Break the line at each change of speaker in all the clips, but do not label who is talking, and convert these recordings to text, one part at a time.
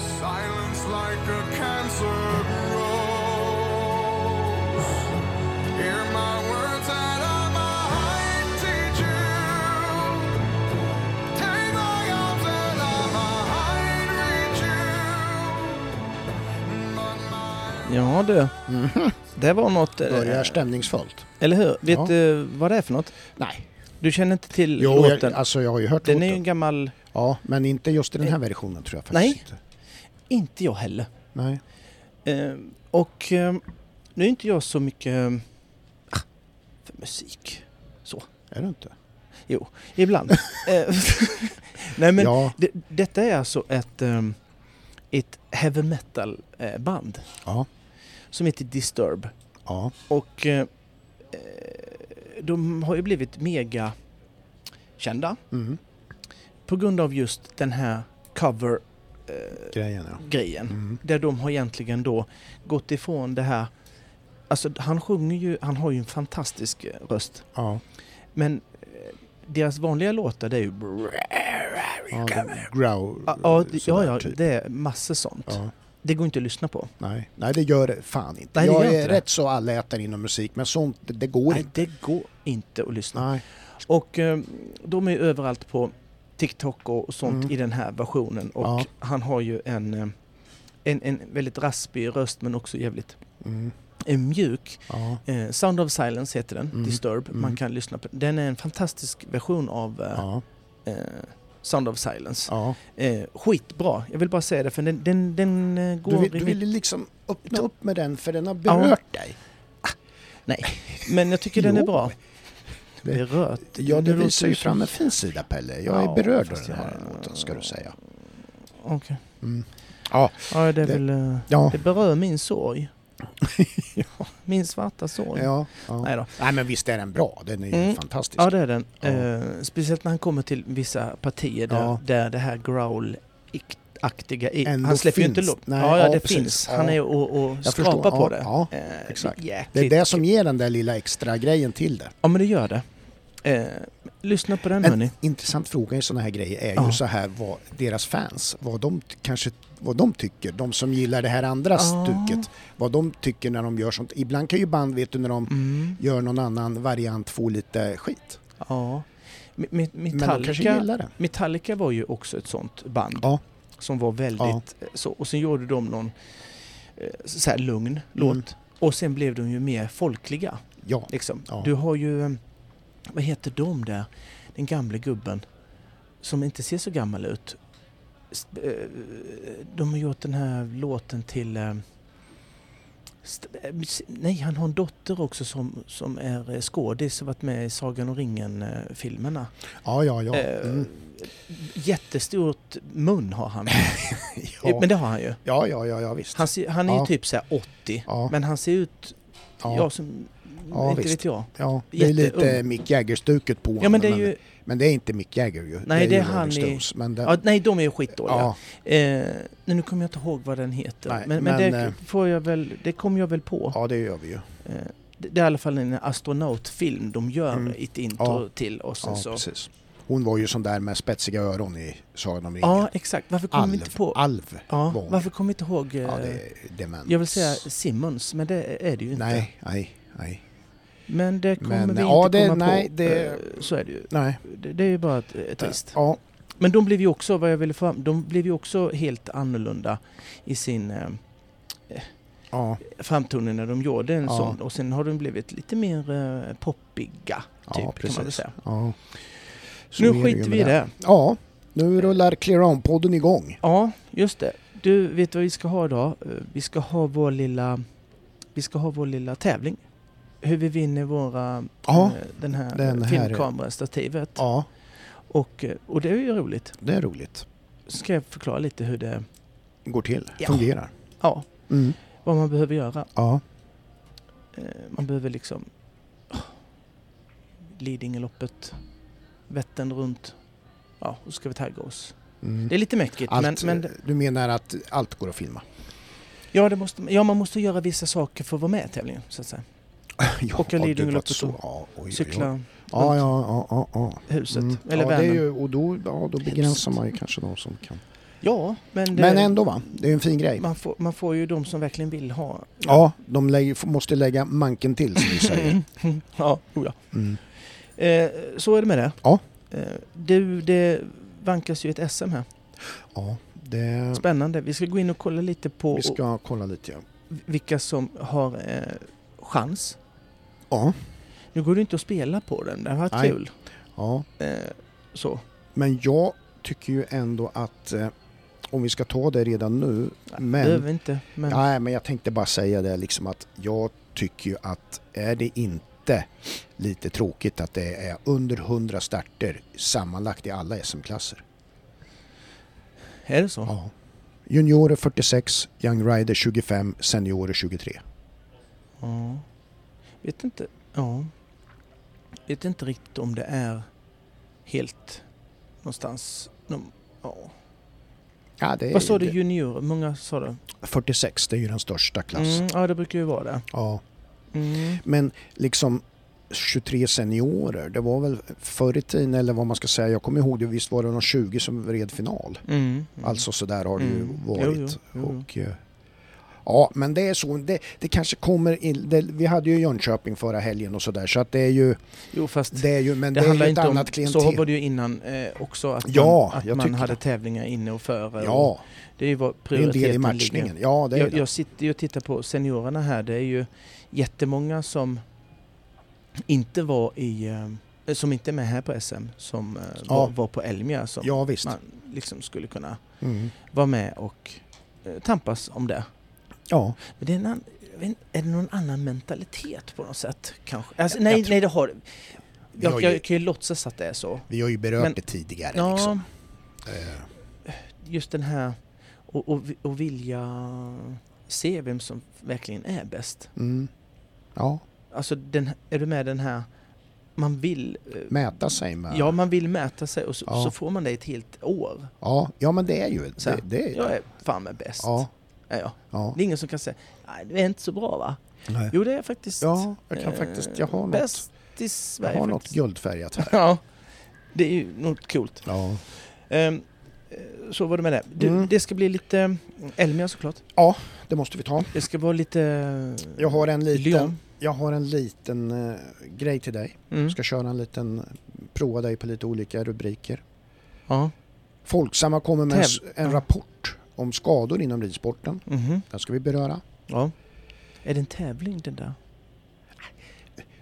Silence like a cancer grows. Hear my words out of my heart, teach you. Take my arms and I might reach you. But my
Ja du. Det var något... eh,
Mhm. Börjar stämningsfullt.
Eller hur? Vet
Ja.
du vad det är för något?
Nej.
Du känner inte till
Jo,
låten?
jag, alltså jag har ju hört
Den är ju
låten.
en gammal...
Ja, men inte just i den här versionen tror jag faktiskt
Nej.
inte.
Inte jag heller.
Nej.
Eh, och eh, nu är inte jag så mycket eh, ah, för musik.
Är det inte?
Ibland. Eh, Nej men
ja.
det, detta är alltså ett, eh, ett heavy metal eh, band
Ja.
som heter Disturb.
Ja.
Och eh, eh, de har ju blivit mega kända
Mm.
på grund av just den här cover-grejen.
Grejen ja. Mm.
Där de har egentligen då gått ifrån det här... Alltså han sjunger ju, han har ju en fantastisk eh, röst.
Ja.
Men eh, deras vanliga låtar det är ju...
ja. det- Growl.
Ja, ja,
sådär
ja, ja
typ.
det är massor sånt.
Ja.
Det går inte att lyssna på.
Nej. Nej, det gör det fan inte.
Nej, det
jag
gör
är
inte det.
rätt så allätare inom musik, men sånt, det, det går
Nej,
inte.
det går inte att lyssna.
Nej.
Och eh, de är ju överallt på TikTok och sånt
Mm.
i den här versionen. Och
Ja.
han har ju en, eh, en, en väldigt raspig röst men också jävligt
Mm.
en Eh, mjuk.
Ja.
Eh, Sound of Silence heter den,
Mm.
Disturb.
Mm.
Man kan lyssna på den. Den är en fantastisk version av eh,
Ja.
eh, Sound of Silence.
ja.
Eh, skitbra, jag vill bara säga det för den, den, den eh, går...
Du, vill, du
riktigt-
ville liksom öppna upp med den för den har
Ja.
berört dig.
Nej, men jag tycker den
Jo.
är bra.
Det-
Berört.
Ja, det
låter
visar ju
som-
fram en fin sida Pelle. Jag är
Ja,
berörd av
fast
den här
jag-
låten ska du säga.
Okej.
Mm. Ja,
Ja, det är
Det-
väl... eh,
ja,
Det berör min sorg. Min svarta sorg.
ja, ja.
Nej då.
Nej men visst är den bra, den är ju
Mm.
fantastisk.
Ja, det är den.
Ja.
Eh, speciellt när han kommer till vissa partier där,
Ja.
där det här growl-aktiga... i-
Ändå
Han släpper ju inte
finns.
lopp.
Nej,
Ja, ja,
ja,
det
precis.
finns.
Ja.
Han är och, och
Jag
skrapar
förstår.
på
Ja,
det.
ja,
Eh,
exakt.
Jäkligt.
Det är det som ger den där lilla extra grejen till det.
Ja, men det gör det. Eh, lyssna på den,
En
hörni.
intressant fråga i sådana här grejer är ju
Ja.
så här vad deras fans, vad de t- kanske vad de tycker, de som gillar det här andra
Ja.
stuket, vad de tycker när de gör sånt. Ibland kan ju band, vet du, när de
Mm.
gör någon annan variant få lite skit.
Ja. Mi- mi-
Men de kanske
Metallica,
gillar det.
Metallica var ju också ett sånt band.
Ja.
Som var väldigt
Ja.
eh, så. Och sen gjorde de någon eh, så här lugn
Mm.
låt. Och sen blev de ju mer folkliga.
Ja,
Liksom.
Ja.
Du har ju, eh, vad heter de där, den gamle gubben som inte ser så gammal ut. S- eh, De har gjort den här låten till... eh, st- eh, mus- Nej, han har en dotter också som, som är eh, skådis och varit med i Sagan om eh, ringen-filmerna.
ja, ja. ja.
Eh,
Mm.
Jättestort mun har han.
Ja.
Men det har han ju.
Ja, ja, ja, ja visst.
Han, ser, han är
Ja.
ju typ så här 80.
Ja.
Men han ser ut,
ja,
ja som,
Ja,
inte
visst.
vet jag.
ja. Det är
jätteung.
lite Mick Jagger-stuket på
Ja men det är
men,
ju,
men det är inte Mick Jagger ju.
Nej, det är
ju Rolling
han i-
Stones, men det,
ja, nej de är ju skitdåliga.
ja,
Eh, nu kommer jag inte ihåg vad den heter.
Nej,
men men,
men,
det
eh,
får jag väl, det kommer jag väl på.
ja, det gör vi ju.
Eh, det det är i alla fall en astronautfilm de gör
Mm.
ett intro
Ja.
till och sen
Ja,
så.
precis. Hon var ju sån där med spetsiga öron i Sagan om ringen.
Ja exakt, varför kommer vi inte på?
Alv.
ja,
var hon.
varför kommer vi inte ihåg? Eh,
Ja, det är demens.
Jag vill säga Simmons, men det är det ju inte.
Nej, nej, nej.
Men det kommer
Men,
vi
ja,
inte
det-
komma
nej,
på.
det-
Eh, Så är det ju.
Nej.
Det, det är ju bara ett, eh, trist.
Ja,
Men de blev ju också, vad jag ville fram, de blev ju också helt annorlunda i sin eh,
ja,
framtoning när de gjorde en
Ja.
sån. Och sen har de blivit lite mer eh, poppiga,
Ja,
typ, kan man väl
precis.
säga.
ja. Så
Nu
är det ju
skiter
med
vi i det.
Ja, nu rullar Clear On-podden igång.
Ja, just det. Du, vet vad vi ska ha idag? Eh, Vi ska ha vår lilla, vi ska ha vår lilla tävling. Hur vi vinner våra,
Ja,
eh, den här,
den
eh,
här är-
filmkamerastativet.
Ja,
Och, eh, och det är ju roligt.
det är roligt.
Ska jag förklara lite hur det,
Går till,
Ja.
fungerar.
ja,
Mm.
vad man behöver göra.
Ja,
Eh, man behöver liksom åh, Lidingöloppet, Vättern runt. Ja, och ska vi tagga oss.
mm.
Det är lite mäckigt men,
Allt, eh,
men
Du menar att allt går att filma?
ja, det måste, ja, man måste göra vissa saker för att vara med i tävlingen så att säga.
Ja,
Åka
du
Lidingöloppet
var så-
och
ja, oj, oj, oj.
Cykla
Ja,
runt
ja, ja, ja. ja.
huset.
Mm.
Eller
ja, det är
Vänern.
ju, och då, ja, då begränsar
Huset.
man ju kanske de som kan.
Ja, men, det, Mm.
Men ändå va, det är ju en fin grej.
man, får, man får ju de som verkligen vill ha.
Ja, de lägger, f- måste lägga manken till som du
Mm.
säger.
Ja, oh ja.
Mm.
Eh, så är det med det.
Ja.
Eh, du, det vankas ju ett SM här.
Mm. Ja, det,
Spännande. Vi ska gå in och kolla lite på
vi ska kolla lite. Ja.
vilka som har eh, chans.
Ja,
Nu går det inte att spela på den, det här var
Nej.
kul.
ja,
Eh, så.
men jag tycker ju ändå att eh, om vi ska ta det redan nu. Men,
Behöver inte. Men,
Nej, men jag tänkte bara säga det liksom att jag tycker ju att är det inte lite tråkigt att det är under 100 starter sammanlagt i alla SM-klasser.
Är det så?
Ja. Juniorer 46, Young Rider 25, Seniorer 23.
Ja. Vet inte. Ja. Vet inte riktigt om det är helt någonstans. Nå- Ja.
Ja, det är
Vad sa
ju
du
det.
junior? Många sa det.
46, det är ju den största klassen.
Mm, ja, det brukar ju vara det.
Ja.
Mm.
Men liksom 23 seniorer, det var väl förr i tiden eller vad man ska säga, jag kommer ihåg det, visst var det någon 20 som red final?
Mm. mm.
Alltså så där har det ju
Mm. Jo,
varit.
jo, jo, jo.
Och, eh, ja, men det är så. Det, det kanske kommer in, det, Vi hade ju Jönköping förra helgen och sådär så att det är ju,
Jo, fast
det är ju men det,
det,
är ju
handlar
ett
inte om...
annat
Så var
klientel.
det ju innan eh, också. Att
Ja,
man, att
jag
man
tycker
hade
det.
tävlingar inne och före. Och
Ja,
det är ju vad
det är en
prioriteten
del i
ligger.
matchningen. Ja, det är
jag,
det.
jag sitter ju och tittar på seniorerna här. Det är ju jättemånga som inte var i eh, som inte är med här på SM, som eh,
Ja.
var, var på Elmia som
Ja, visst.
man liksom skulle kunna
Mm.
vara med och eh, tampas om det.
Ja,
Men det är, en ann, jag vet inte, är det någon annan mentalitet på något sätt kanske? Alltså,
Jag-
nej,
jag tror-
nej, det har
vi har
jag,
ju,
jag kan ju låtsas att det är så.
vi har ju berört
Men-
det tidigare.
Ja,
Liksom. Eh,
just den här och, och, och vilja se vem som verkligen är bäst.
Mm. Ja,
Alltså, den, är du med den här... Man vill... eh,
mäta sig med.
Ja, man vill mäta sig och så,
Ja.
så får man det i ett helt år.
Ja, ja men det är ju
Så
det.
här,
det är,
Jag är fan med bäst.
ja,
Är jag.
ja.
Det är ingen som kan säga nej, du är inte så bra va?
Nej.
Jo, det är jag faktiskt.
ja, jag kan
eh,
faktiskt, jag har något,
Bäst i
jag
Sverige
har något
faktiskt.
guldfärgat här.
ja, det är ju något coolt.
Ja.
Ehm, eh, så var det med det. Du,
Mm.
Det ska bli lite eh, Elmia såklart.
Det måste vi ta.
Det ska vara lite
Jag har en liten,
Lyon.
jag har en liten eh, grej till dig.
Mm.
Jag ska köra en liten, eh, prova dig på lite olika rubriker.
Ja.
Folksam kommer med en, s-
Täv-
en
ja.
rapport om skador inom ridsporten.
Mhm.
Den ska vi beröra.
ja. Är det en tävling den där?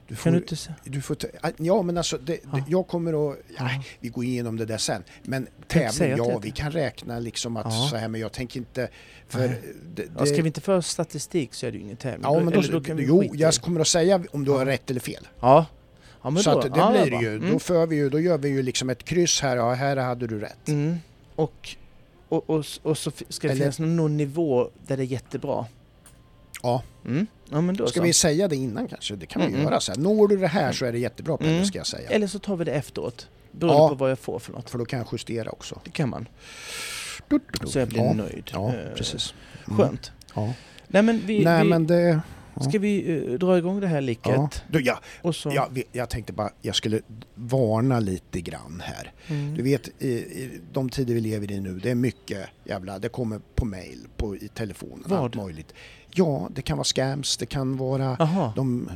Du får,
Kan du inte säga?
du får ta- ah, ja men alltså, det, det,
Ja.
jag kommer att, nej, vi går igenom det där sen. Men tävling,
säga att
ja
det-
vi kan räkna liksom att
Ja.
så här, men jag tänker inte, för
Nej.
det, det,
Ja, ska vi inte föra statistik så är det ju ingen tävling.
Ja men då,
eller kan vi
jo,
skita i
jag
det.
kommer att säga om du
Ja.
har rätt eller fel.
Ja. ja men
så
då,
att det
ja,
blir
bra.
det ju,
Mm.
då, för vi ju, då gör vi ju liksom ett kryss här, ja här hade du rätt.
Mm. Och, och, och, och så fi- ska det
Eller-
finnas någon, någon nivå där det är jättebra.
Ja.
Mm. Ja men då
Ska
så.
vi säga det innan kanske? Det kan vi
Mm,
göra sen. Når du det här så är det jättebra Pelle,
Mm.
ska jag säga.
Eller så tar vi det efteråt. Beroende
Ja.
på vad jag får för något.
För då kan jag justera också.
Det kan man.
Du, du, du.
Så jag blir
ja.
nöjd.
Ja,
Eh,
precis. Mm.
Skönt.
Ja.
Nej men vi...
Nej
vi
men det... ja.
Ska vi eh, dra igång det här liket?
Ja. Du, jag,
Och så...
jag, vet- jag tänkte bara, jag skulle varna lite grann här.
Mm.
Du vet, i, i de tider vi lever i nu, det är mycket jävla, det kommer på mail, på, i telefonen,
Vad?
allt möjligt. Ja, det kan vara scams, det kan vara
Aha.
de eh,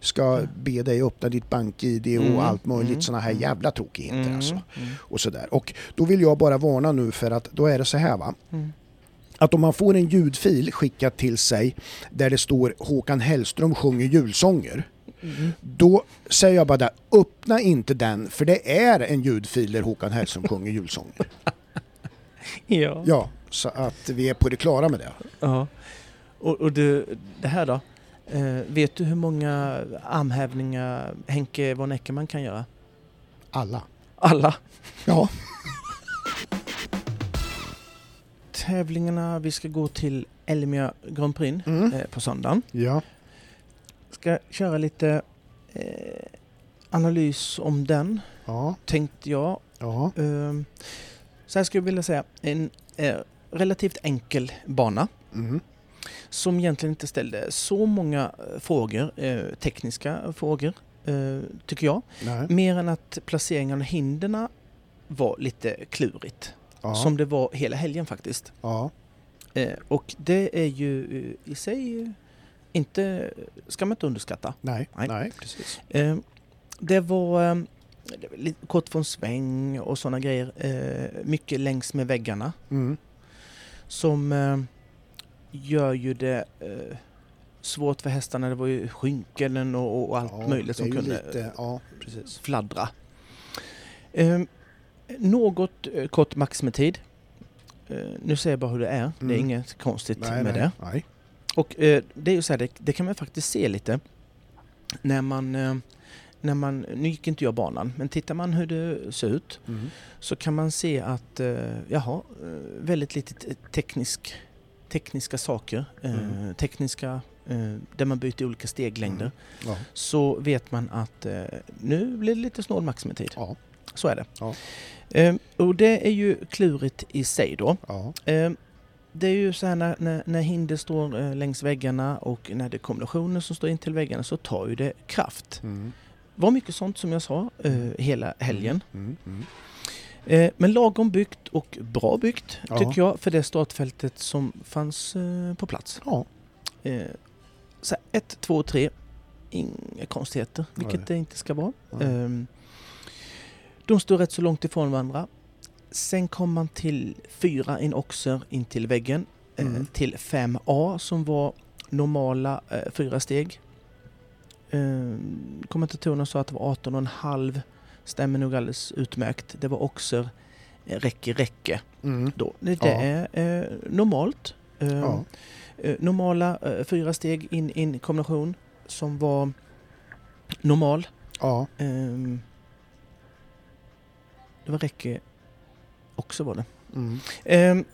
ska be dig öppna ditt bank-id och
Mm,
allt möjligt
mm,
sådana här
mm.
jävla tråkigheter
Mm,
alltså.
mm,
Och sådär. Och då vill jag bara varna nu för att då är det så här va.
mm.
Att om man får en ljudfil skickad till sig där det står Håkan Hellström sjunger julsånger.
Mm.
Då säger jag bara där, öppna inte den för det är en ljudfil där Håkan Hellström sjunger julsånger.
Ja.
Ja, så att vi är på det klara med det.
Ja. Och, och du, det här då? Eh, vet du hur många armhävningar Henke von Eckermann kan göra?
Alla.
Alla!
Ja.
Tävlingarna, vi ska gå till Elmia Grand Prix
Mm.
eh, på söndagen.
Ja.
Ska köra lite eh, analys om den,
Ja.
tänkte jag.
Ja.
Ehm, så här skulle jag vilja säga, en eh, relativt enkel eh, bana.
Mm.
som egentligen inte ställde så många eh, frågor, eh, tekniska frågor, eh, tycker jag.
Nej.
Mer än att placeringen av hinderna var lite klurigt.
Ja.
Som det var hela helgen faktiskt.
ja.
Eh, och det är ju eh, i sig eh, inte, ska man inte underskatta.
Nej.
Nej.
Nej. Precis.
Eh, det var eh, det var lite kort från sväng och sådana grejer. Eh, mycket längs med väggarna
Mm.
som eh, gör ju det eh, svårt för hästarna. Det var ju skynkeln och, och allt
Ja,
möjligt
det är
som
ju
kunde
Lite, ja, precis.
fladdra. Eh, något eh, kort maximitid. Eh, nu säger jag bara hur det är. Det är
Mm.
inget konstigt
Nej,
med
nej,
det.
Nej.
Och eh, det är ju så här, det, det kan man faktiskt se lite. När man, eh, när man, nu gick inte jag banan, men tittar man hur det ser ut
Mm.
så kan man se att, eh, jaha, eh, väldigt lite te- teknisk, tekniska saker. Eh,
Mm.
Tekniska, eh, där man byter olika steglängder.
Mm. Ja.
Så vet man att eh, nu blir det lite snål maximitid.
Ja.
Så är det.
Ja.
Eh, och det är ju klurigt i sig då.
Ja.
Eh, Det är ju så här när, när, när hinder står eh, längs väggarna och när det är kombinationer som står in till väggarna så tar ju det kraft.
Mm.
Det var mycket sånt som jag sa eh, hela helgen.
Mm. Mm.
Eh, men lagom byggt och bra byggt
Ja.
tycker jag för det startfältet som fanns eh, på plats.
Ja.
Eh, så här, ett, två, tre. Inga konstigheter, vilket
Nej.
det inte ska vara.
Nej.
Ehm, de står rätt så långt ifrån varandra. Sen kom man till fyra inoxer in till väggen. eh,
Mm.
Till 5A som var normala eh, fyra steg. Ehm, kommentatorerna sa att det var 18,5. Stämmer nog alldeles utmärkt. Det var oxer, eh, räcke, räcke.
Mm.
Då. Det,
Ja.
det är eh, normalt. Ehm,
Ja.
eh, normala eh, fyra steg in, in kombination som var normal.
Ja.
Ehm, det var räcke också var det.
Mm.
Ehm,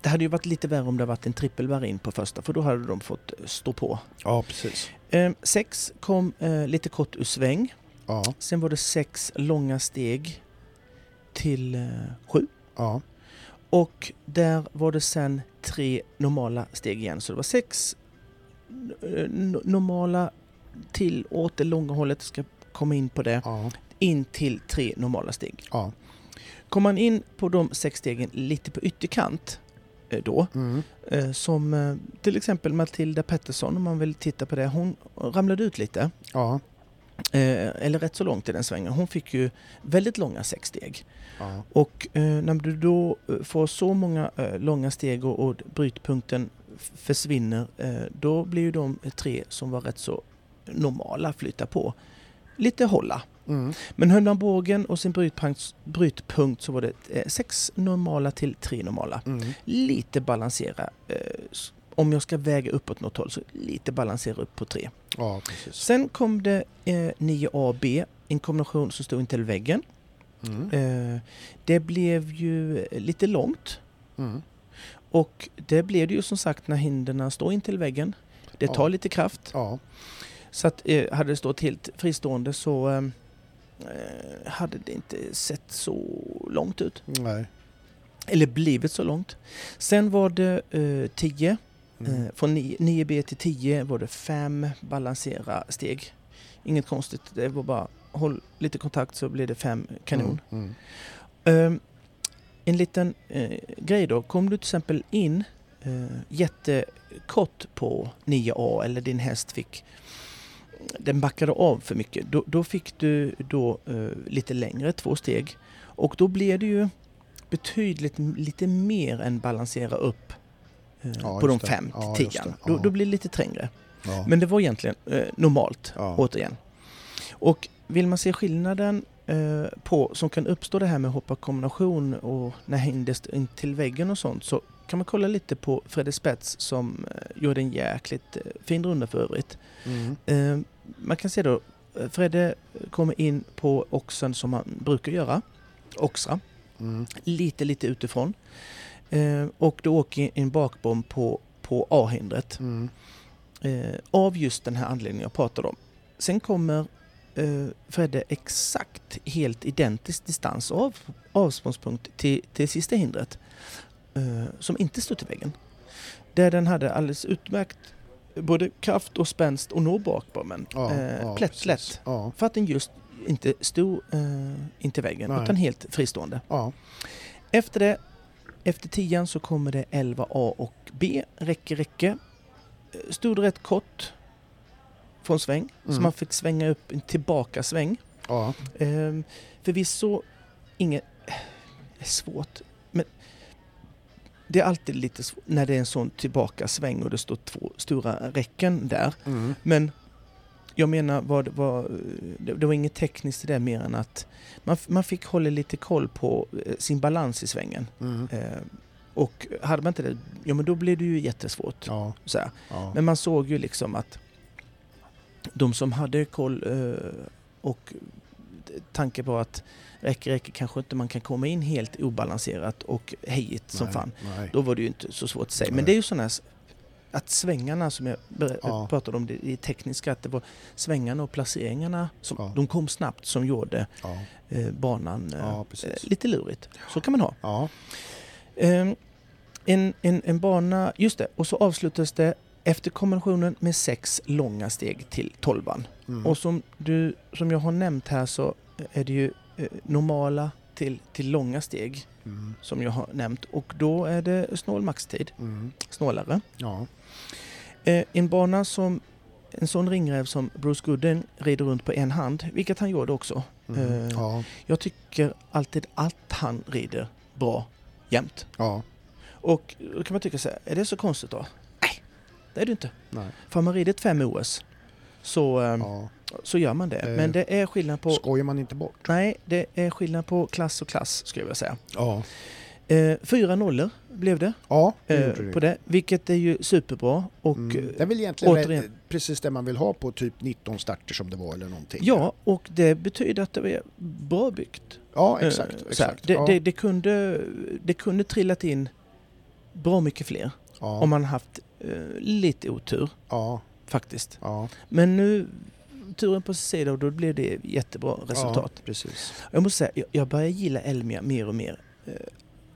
det hade ju varit lite värre om det hade varit en trippelvarg in på första för då hade de fått eh, stå på.
Ja, precis.
Ehm, sex kom eh, lite kort ur sväng.
Ja.
Sen var det sex långa steg till eh, sju.
Ja.
Och där var det sen tre normala steg igen. Så det var sex eh, no- normala till åt det långa hållet, jag ska komma in på det,
Ja.
in till tre normala steg.
Ja.
Kom man in på de sex stegen lite på ytterkant eh, då,
Mm.
eh, som eh, till exempel Matilda Pettersson, om man vill titta på det, hon ramlade ut lite,
Ja.
eh, eller rätt så långt i den svängen. Hon fick ju väldigt långa sex steg.
Ja.
Och eh, när du då eh, får så många eh, långa steg och, och brytpunkten f- försvinner, eh, då blir ju de tre som var rätt så normala flytta på. Lite hålla.
Mm.
Men höll man bågen och sin brytpunkt, brytpunkt så var det eh, sex normala till tre normala.
Mm.
Lite balansera. Eh, s- om jag ska väga uppåt något håll så lite balansera upp på tre.
Ja, precis.
Sen kom det eh, 9AB, en kombination som stod intill väggen.
Mm.
Eh, Det blev ju lite långt
Mm.
och det blev det ju som sagt när hinderna står intill väggen. Det tar
Ja.
lite kraft.
Ja.
Så att, eh, hade det stått helt fristående så eh, eh, hade det inte sett så långt ut.
Nej.
Eller blivit så långt. Sen var det eh, 10.
Mm.
Eh, från 9, 9B till 10 var det 5 balansera steg. Inget konstigt. Det var bara håll lite kontakt så blir det 5 kanon.
Mm. Mm.
Ehm, en liten eh, grej då. Kom du till exempel in eh, jättekort på 9A eller din häst fick den backade av för mycket. Då, då fick du då eh, lite längre, två steg. Och då blev det ju betydligt m- lite mer än balansera upp eh,
Ja,
på de
just det.
fem
Ja,
till
just
tian.
det.
Då,
Ja.
då blir det lite trängre.
Ja.
Men det var egentligen eh, normalt,
Ja.
återigen. Och vill man se skillnaden eh, på, som kan uppstå det här med hoppa kombination och när hängdes in till väggen och sånt, så kan man kolla lite på Fredde Spets som eh, gjorde en jäkligt eh, fin runda för övrigt.
Mm.
Eh, man kan se då, eh, Fredde kommer in på oxen som han brukar göra, oxra,
Mm.
lite lite utifrån. Eh, och då åker en bakbomb på, på A-hindret
Mm.
eh, av just den här anledningen jag pratade om. Sen kommer eh, Fredde exakt helt identisk distans av avståndspunkt till, till sista hindret eh, som inte står till väggen. Där den hade alldeles utmärkt både kraft och spänst att nå bakbommen.
Ja,
eh,
ja,
plätt,
precis.
lätt.
Ja,
För att den just inte stod eh, inte i väggen
Nej.
utan helt fristående.
ja,
Efter det, efter 10 så kommer det 11A och B, räcke, räcke. Eh, Stod rätt kort från sväng, så
Mm.
man fick svänga upp en tillbaka sväng.
ja.
Ehm, förvisso inget... Det är svårt, men... Det är alltid lite svårt när det är en sån tillbakasväng och det står två stora räcken där.
Mm.
Men jag menar, vad, vad, eh, det, det var inget tekniskt i det mer än att man, f- man fick hålla lite koll på eh, sin balans i svängen.
Mm.
Ehm, och hade man inte det, ja men då blev det ju jättesvårt.
Ja,
Så här.
ja.
Men man såg ju liksom att de som hade koll eh, och tanke på att räcker, räcker kanske inte man kan komma in helt obalanserat och hejigt som
Nej,
fan.
Nej.
Då var det ju inte så svårt att säga.
Nej.
Men det är ju sådana här s- att svängarna som jag ber-
Ja.
pratade om, det, det tekniska, att det var svängarna och placeringarna, som,
Ja.
de kom snabbt som gjorde
Ja,
eh, banan eh,
ja,
eh,
precis.
lite lurigt. Så kan man ha.
Ja,
Ehm, en, en, en bana, just det, och så avslutas det efter kombinationen med sex långa steg till tolvan.
mm.
Och som, du, som jag har nämnt här så är det ju eh, normala till, till långa steg
Mm.
som jag har nämnt och då är det snål maxtid,
Mm.
snålare.
Ja,
Eh, en bana som en sån ringräv som Bruce Gooden rider runt på en hand, vilket han gjorde också.
mm.
Eh,
ja,
Jag tycker alltid allt han rider bra jämt.
ja,
Och då kan man tycka så här, är det så konstigt då? Nej, det är det inte.
nej,
För har man ridit fem OS så, eh,
ja.
så gör man det.
Eh,
Men det är skillnad på...
Skojar man inte bort?
Nej, det är skillnad på klass och klass skulle jag vilja säga.
Ja,
Eh, fyra nollor blev det,
ja det
eh,
gjorde
på
det.
det, vilket är ju superbra. Och,
Mm. Det
eh,
är väl egentligen
återigen-
rätt- precis det man vill ha på typ 19 starter som det var eller någonting.
Ja, och det betyder att det var bra byggt.
ja
Eh,
exakt.
så här.
exakt.
Det,
ja.
det, det, kunde, det kunde trillat in bra mycket fler
ja.
om man haft eh, lite otur
ja,
faktiskt.
ja,
Men nu, turen på sin sida och då blev det jättebra resultat.
Ja, precis.
Jag måste säga, jag- jag börjar gilla Elmia mer och mer, eh,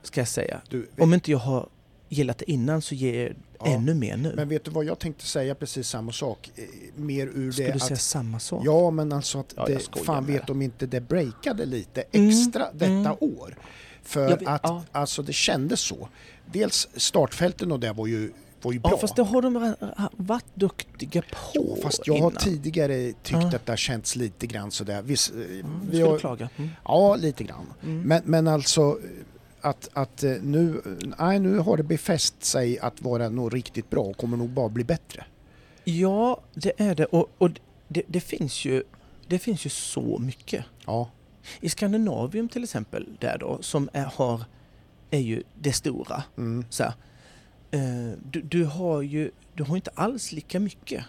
ska jag säga.
Du,
Om inte jag har gillat det innan så ger jag
Ja,
ännu mer nu.
Men vet du vad jag tänkte säga precis samma sak? Eh, Mer ur
Ska
det
du
att...
säga samma sak?
Ja, men alltså att
Ja, jag
det,
skojar
fan
med
vet
det.
om inte det breakade lite
Mm,
extra detta år. För
Jag vet-
att
ja.
alltså det kändes så. Dels startfälten och det var ju, var ju bra.
ja fast det har de ra- varit duktiga på
Jo, fast jag har
innan.
tidigare tyckt
Ja.
att det har känts lite grann sådär. Visst, eh,
Mm,
vi
ska du
har,
klaga? Mm.
ja, lite grann.
Mm.
Men, men alltså eh, att, att eh, nu, nej, nu har det befäst sig att vara nog riktigt bra och kommer nog bara bli bättre.
Ja, det är det. Och, och det, det, finns ju, det finns ju så mycket.
Ja,
I Skandinavium till exempel, där då, som är, har, är ju det stora.
mm,
Så här, eh, du, du har ju du har inte alls lika mycket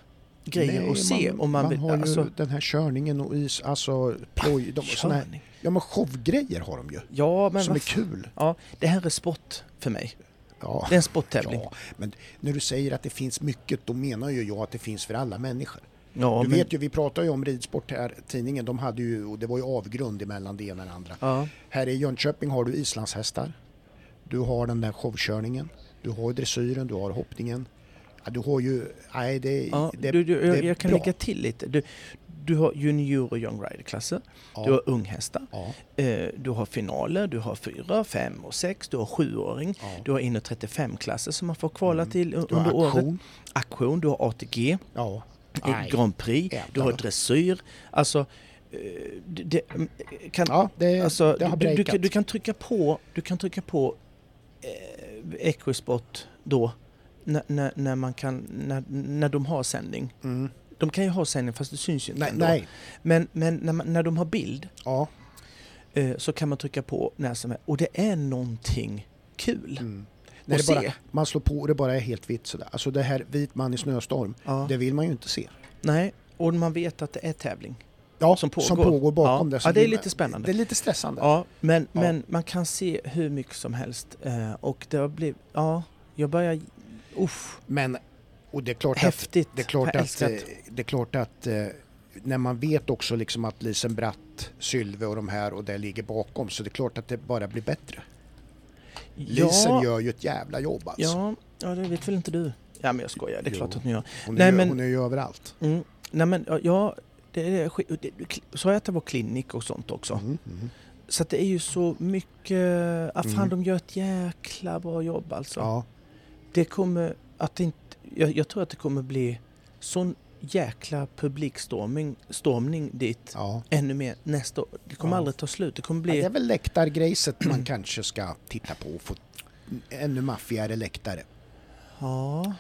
grejer
Nej,
att se om man, vill.
har ju
alltså,
den här körningen och is, alltså ploj, de, såna här,
körning.
ja men showgrejer har de ju.
Ja, men
som är
vad fan.
kul.
Ja, det här är sport för mig.
Ja.
Det är en sporttävling.
ja, men när du säger att det finns mycket, då menar ju jag att det finns för alla människor.
Ja,
du
men-
vet ju, vi pratar ju om ridsport här, tidningen, de hade ju, och det var ju avgrund emellan det ena och det andra.
Ja,
Här i Jönköping har du islandshästar, du har den där showkörningen, du har dressyren, du har hoppningen. Ja, du har ju, nej det,
ja,
det,
du, du,
det
jag,
är
jag kan
bra.
lägga till lite. Du, du har junior och young rider-klasser.
Ja.
Du har unghästar.
Ja,
Eh, Du har finaler, du har fyra, fem och sex. Du har sjuåring.
ja. Mm.
Du har in och 35-klasser som man får kvala till un-
Du har
under året.
auktion.
Aktion, du har ATG.
Ja.
Eh,
Nej.
Grand Prix,
Jävlar
du har
då.
dressyr. Alltså, eh, det, det, mm, kan,
Ja, det,
alltså
det har
du, du,
breakat.
kan- du kan trycka på, du kan trycka på eh, Equisport då när, när, när, man kan, när, när de har sändning.
Mm.
De kan ju ha sändning fast det syns ju inte
Nej,
ändå.
nej.
Men, men när, man, när de har bild
Ja.
eh, så kan man trycka på när som helst och det är någonting kul.
Mm. När
Och
det bara,
se.
man slår på och det bara är helt vitt sådär. Alltså det här vit man i snöstorm,
Ja.
det vill man ju inte se.
Nej, och man vet att det är tävling.
Ja,
Som pågår.
bakom
Ja.
det. så
Ja, det är
vill man-
lite spännande.
Det är lite stressande.
Ja, men,
Ja.
men man kan se hur mycket som helst eh, och det har blivit, ja, jag börjar, uff,
Men, och det är klart att,
häftigt.
det är klart
Jag
att,
älskar
eh, det är klart att eh, när man vet också liksom att Lisen Bratt, Sylve och de här och det ligger bakom så det är klart att det bara blir bättre. Lisen
ja,
gör ju ett jävla jobb alltså.
ja, Ja, det vet väl inte du? Ja, men jag skojar. Det är
Jo.
klart att ni gör.
Hon är,
Nej,
ju,
men-
hon är ju överallt.
Mm. Nej, men ja, ja, det är... skit- det- det- Sa jag att det var klinik och sånt också?
Mm, mm.
Så att det är ju så mycket... Ah, fan,
Mm.
de gör ett jäkla bra jobb alltså.
Ja.
Det kommer att inte... Jag, jag tror att det kommer bli sån jäkla publikstormning stormning dit
ja.
ännu mer nästa år. Det kommer
Ja.
aldrig ta slut. Det kommer
Ja,
bli...
det är väl läktargrejset man kanske ska titta på och få ännu maffigare läktare.
Ja,